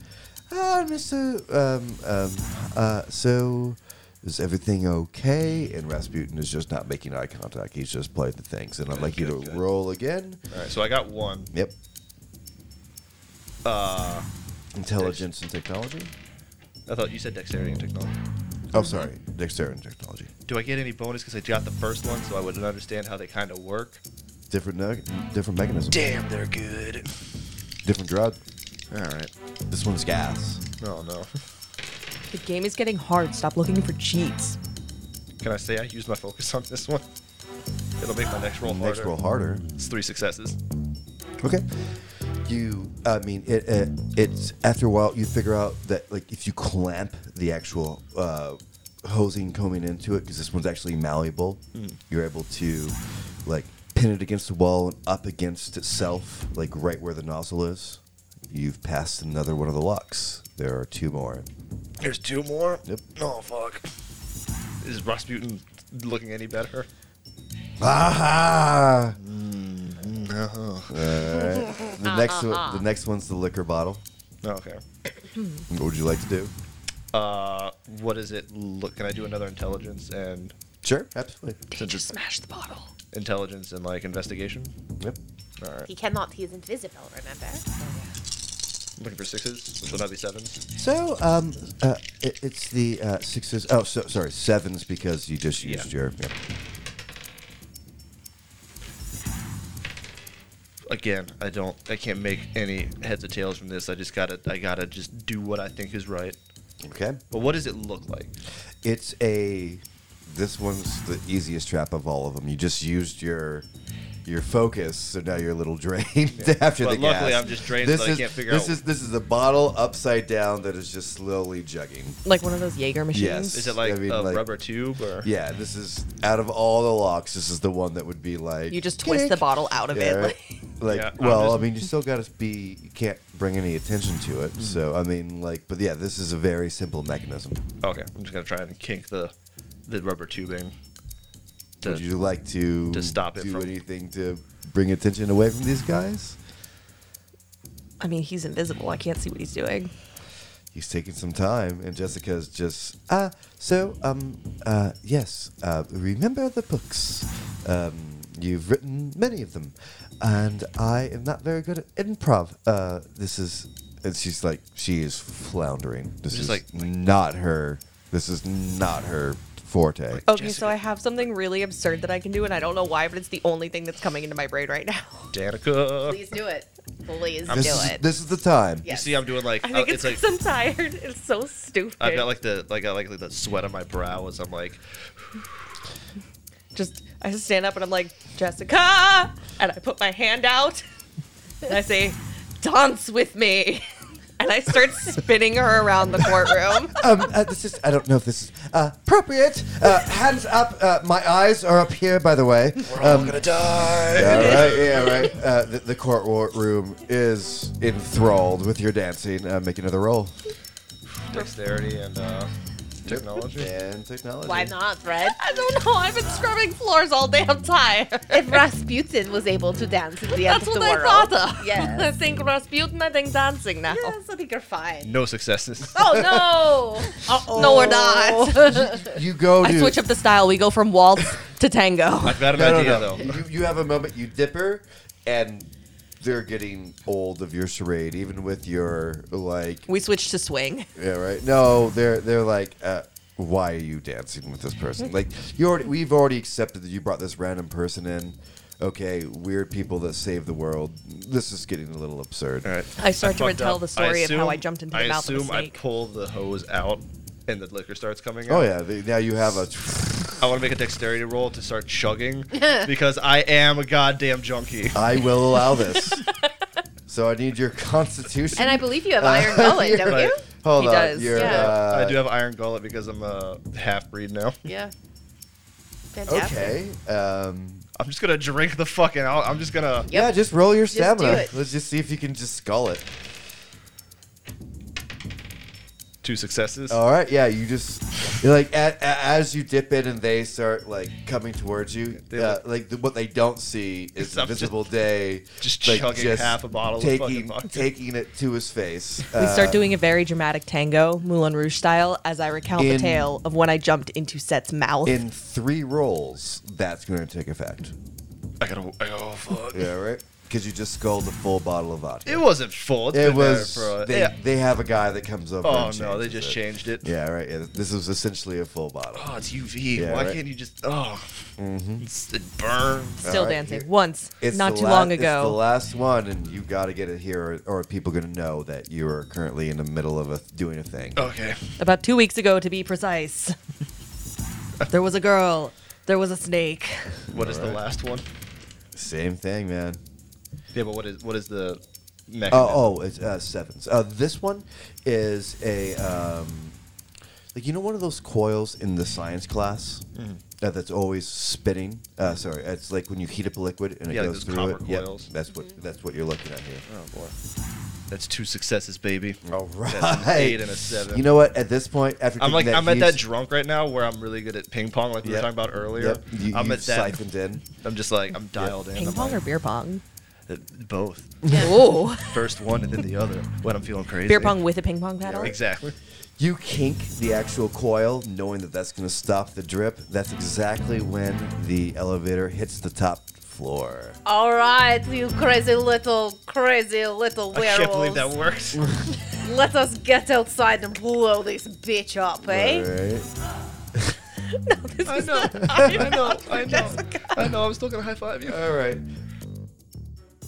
D: "Ah, Mister, um, um, uh, so is everything okay?" And Rasputin is just not making eye contact. He's just playing the things, and I'd like you to
E: good, good.
D: roll again.
E: All right. So I got one.
D: Yep,
E: Uh,
D: intelligence and technology.
E: I thought you said dexterity and technology. Mm-hmm.
D: Oh, sorry, dexterity and technology.
E: Do I get any bonus because I got the first one, so I would understand how they kind of work?
D: Different, nug- different mechanism.
E: Damn, they're good.
D: Different drug.
E: All right.
D: This one's gas.
E: Oh no.
F: the game is getting hard. Stop looking for cheats.
E: Can I say I used my focus on this one? It'll make my next roll harder.
D: Next roll harder.
E: It's three successes.
D: Okay. You, I mean, it, it. It's after a while you figure out that like if you clamp the actual uh, hosing combing into it because this one's actually malleable, you're able to like pin it against the wall and up against itself, like right where the nozzle is. You've passed another one of the locks. There are two more.
E: There's two more.
D: Yep.
E: Oh fuck. Is Rasputin looking any better?
D: Ah!
E: No.
D: Mm-hmm. The next, one, the next one's the liquor bottle.
E: Okay.
D: What would you like to do?
E: Uh, what is it? Look, can I do another intelligence and
D: Sure, absolutely.
F: They just smashed the bottle.
E: intelligence and like investigation?
D: Yep.
E: All right.
A: He cannot. He is invisible. Remember.
E: I'm looking for sixes. Would that be sevens?
D: So, um, uh, it, it's the uh, sixes. Oh, so, sorry, sevens because you just used
E: Yeah.
D: your. Yep.
E: Again, I don't. I can't make any heads or tails from this. I just gotta. I gotta just do what I think is right.
D: Okay.
E: But what does it look like?
D: It's a. This one's the easiest trap of all of them. You just used your your focus, so now you're a little drained after
E: But
D: the
E: luckily
D: gas.
E: I'm just drained so
D: This
E: that I
D: is-
E: can't figure
D: this
E: out-
D: Is, this is a bottle upside down that is just slowly jugging.
F: Like one of those Jaeger machines.
E: Is it like
D: I mean,
E: a
D: like-
E: rubber tube or?
D: Yeah, this is out of all the locks, this is the one that would be like
F: You just twist the bottle out of it.
D: Yeah,
F: Like,
D: like
E: Yeah, I'm
D: well
E: just-
D: i mean you still gotta be you can't bring any attention to it
E: Mm-hmm.
D: so i mean like but yeah this is a very simple mechanism
E: Okay, I'm just gonna try and kink the the rubber tubing. to-
D: would you like to
E: to stop it
D: do
E: from-
D: anything to bring attention away from these guys
F: I mean, he's invisible. I can't see what he's doing.
D: he's taking some time and jessica's just ah so um uh yes uh remember the books um you've written many of them and i am not very good at improv uh this is and she's like she is floundering this
E: Just
D: is
E: like-
D: like not her this is not her forte
A: Oh,
F: Okay,
E: Jessica.
F: so I have something really absurd that I can do, and I don't know why, but it's the only thing that's coming into my brain right now.
E: Danica.
A: Please do it. Please
D: this,
A: do
D: is,
A: it.
D: this is the time
E: You
A: Yes.
E: see, I'm doing like
F: I
E: uh,
F: think it's
E: it's like
F: because I'm tired. It's so stupid.
E: I've got like the like I like the sweat on my brow as I'm like
F: just I stand up and I'm like, Jessica, and I put my hand out and I say, dance with me, and I start spinning her around the courtroom.
D: um, uh, this is, I don't know if this is uh, appropriate. Uh, hands up. Uh, my eyes are up here, by the way. Um, We're all gonna die. Yeah, right. Yeah, right. Uh, the, the courtroom is enthralled with your dancing. Uh, make another roll.
E: dexterity and uh, technology.
D: And technology.
A: Why not, Fred?
F: I don't know. I've been scrubbing floors all damn time.
A: if Rasputin was able to dance at the end
F: That's
A: of the
F: what I
A: world.
F: thought of. I
A: Yes.
F: think Rasputin. I think dancing now.
A: yes, I think you're fine.
E: No successes.
A: Oh no!
F: No, we're not.
D: You go to.
F: I switch up the style. We go from waltz to tango.
E: I've got an
D: No, no,
E: idea
D: no.
E: though.
D: You, you have a moment. You dipper, and they're getting old of your charade, even with your like.
F: We switch to swing.
D: Yeah, right. No, they're they're like, uh, why are you dancing with this person? Like you already, we've already accepted that you brought this random person in. Okay, weird people that save the world. This is getting a little absurd.
E: All right.
F: I start to
E: fucked
F: retell
E: up.
F: the story of how I
E: assume-
F: jumped into the
E: I
F: mouth of a
E: assume I
F: snake.
E: pull the hose out and the liquor starts coming out.
D: Oh yeah, they, now you have a.
E: I want to make a dexterity roll to start chugging because I am a goddamn junkie.
D: I will allow this. so I need your constitution.
A: And I believe you have iron going, don't
E: Uh, Right.
A: you?
D: Hold
F: He
D: on.
F: does,
D: your,
A: yeah.
D: uh,
E: I do have iron gullet because I'm a half breed now.
A: Yeah. Fantastic.
D: Okay. Um,
E: I'm just gonna drink the fucking. Out. I'm just gonna.
D: Yeah, just roll your
A: do
D: stamina.
A: it.
D: Let's just see if you can just skull it.
E: Two successes.
D: All right, yeah, you just you're like a, a, as you dip in and they start like coming towards you.
E: They
D: uh,
E: look-
D: like the, what they don't see is
E: I'm just-
D: Invisible Day
E: just
D: like,
E: chugging half a bottle of
D: taking
E: fucking vodka.
D: taking it to his face. Uh,
F: We start doing a very dramatic tango, Moulin Rouge style, as I recount the
D: In-
F: tale of when I jumped into Set's mouth.
D: in three rolls. That's going to take effect.
E: I gotta. I gotta oh fuck.
D: Yeah, right. Because you just sculled a full bottle of vodka.
E: It wasn't full. It's
D: It
E: been
D: was.
E: There for a,
D: they,
E: yeah.
D: they have a guy that comes over.
E: Oh
D: and
E: no, they
D: changes
E: just
D: it.
E: changed it.
D: Yeah, right. Yeah, this was essentially a full bottle.
E: Oh, it's UV.
D: Yeah,
E: Why
D: right. Mm-hmm.
E: can't you just? Oh, It's- it burns.
D: All
F: Still
D: right,
F: dancing
D: here-
F: once,
D: It's
F: not
D: the
F: too
D: la-
F: long
D: It's the
F: ago.
D: last one, and you got to get it here, or, or people gonna know that you are currently in the middle of a doing
E: Oh.
D: a thing.
E: Okay.
F: About two weeks ago, to be precise. there was a girl, There was a snake.
E: What is the last one?
D: Same thing, man.
E: Yeah, but what is what is the mechanism?
D: Oh, oh, it's uh, sevens. Uh, this one is a um, like you know one of those coils in the science class
E: Mm-hmm.
D: uh, that's always spinning. Uh, sorry, it's like when you heat up a liquid and it
E: Yeah, like
D: goes
E: those
D: through
E: copper
D: it. Yep,
E: coils.
D: that's what that's what you're looking at here.
E: Oh, boy, that's two successes, baby.
D: All right,
E: That's an eight and a seven.
D: You know what? At this point, after
E: I'm
D: taking
E: like
D: that
E: I'm at that
D: huge-
E: drunk right now where I'm really good at ping pong, like we
D: Yep.
E: were talking about earlier.
D: Yep, you,
E: I'm
D: you
E: at that.
D: siphoned in.
E: I'm just like I'm dialed in.
F: Ping
E: I'm
F: pong or
E: like,
F: beer pong?
E: uh, both.
F: Oh,
E: First one and then the other when I'm feeling crazy.
F: beer pong with a ping pong paddle.
E: Exactly.
D: You kink the actual coil, knowing that that's going to stop the drip. That's exactly when the elevator hits the top floor.
H: All right, you crazy little, crazy little
E: I
H: werewolves.
E: can't believe that works.
H: Let us get outside and blow this bitch up, eh?
D: Alright.
E: I know. I know. I know. I know. I'm still gonna high five you.
D: All right.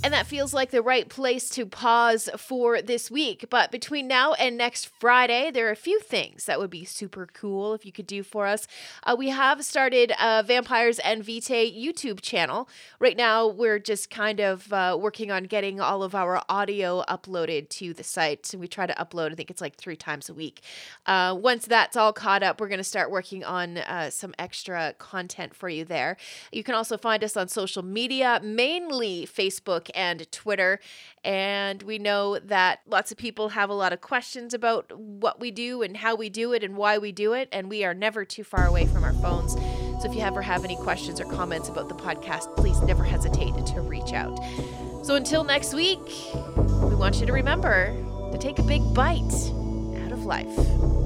A: And that feels like the right place to pause for this week. But between now and next Friday, there are a few things that would be super cool if you could do for us. Uh, we have started a Vampires and Vitae YouTube channel. Right now, we're just kind of uh, working on getting all of our audio uploaded to the site. So we try to upload, I think it's like three times a week. Uh, once that's all caught up, we're going to start working on uh, some extra content for you there. You can also find us on social media, mainly Facebook and Twitter. And we know that lots of people have a lot of questions about what we do and how we do it and why we do it. And we are never too far away from our phones. So if you ever have any questions or comments about the podcast, please never hesitate to reach out. So until next week, we want you to remember to take a big bite out of life.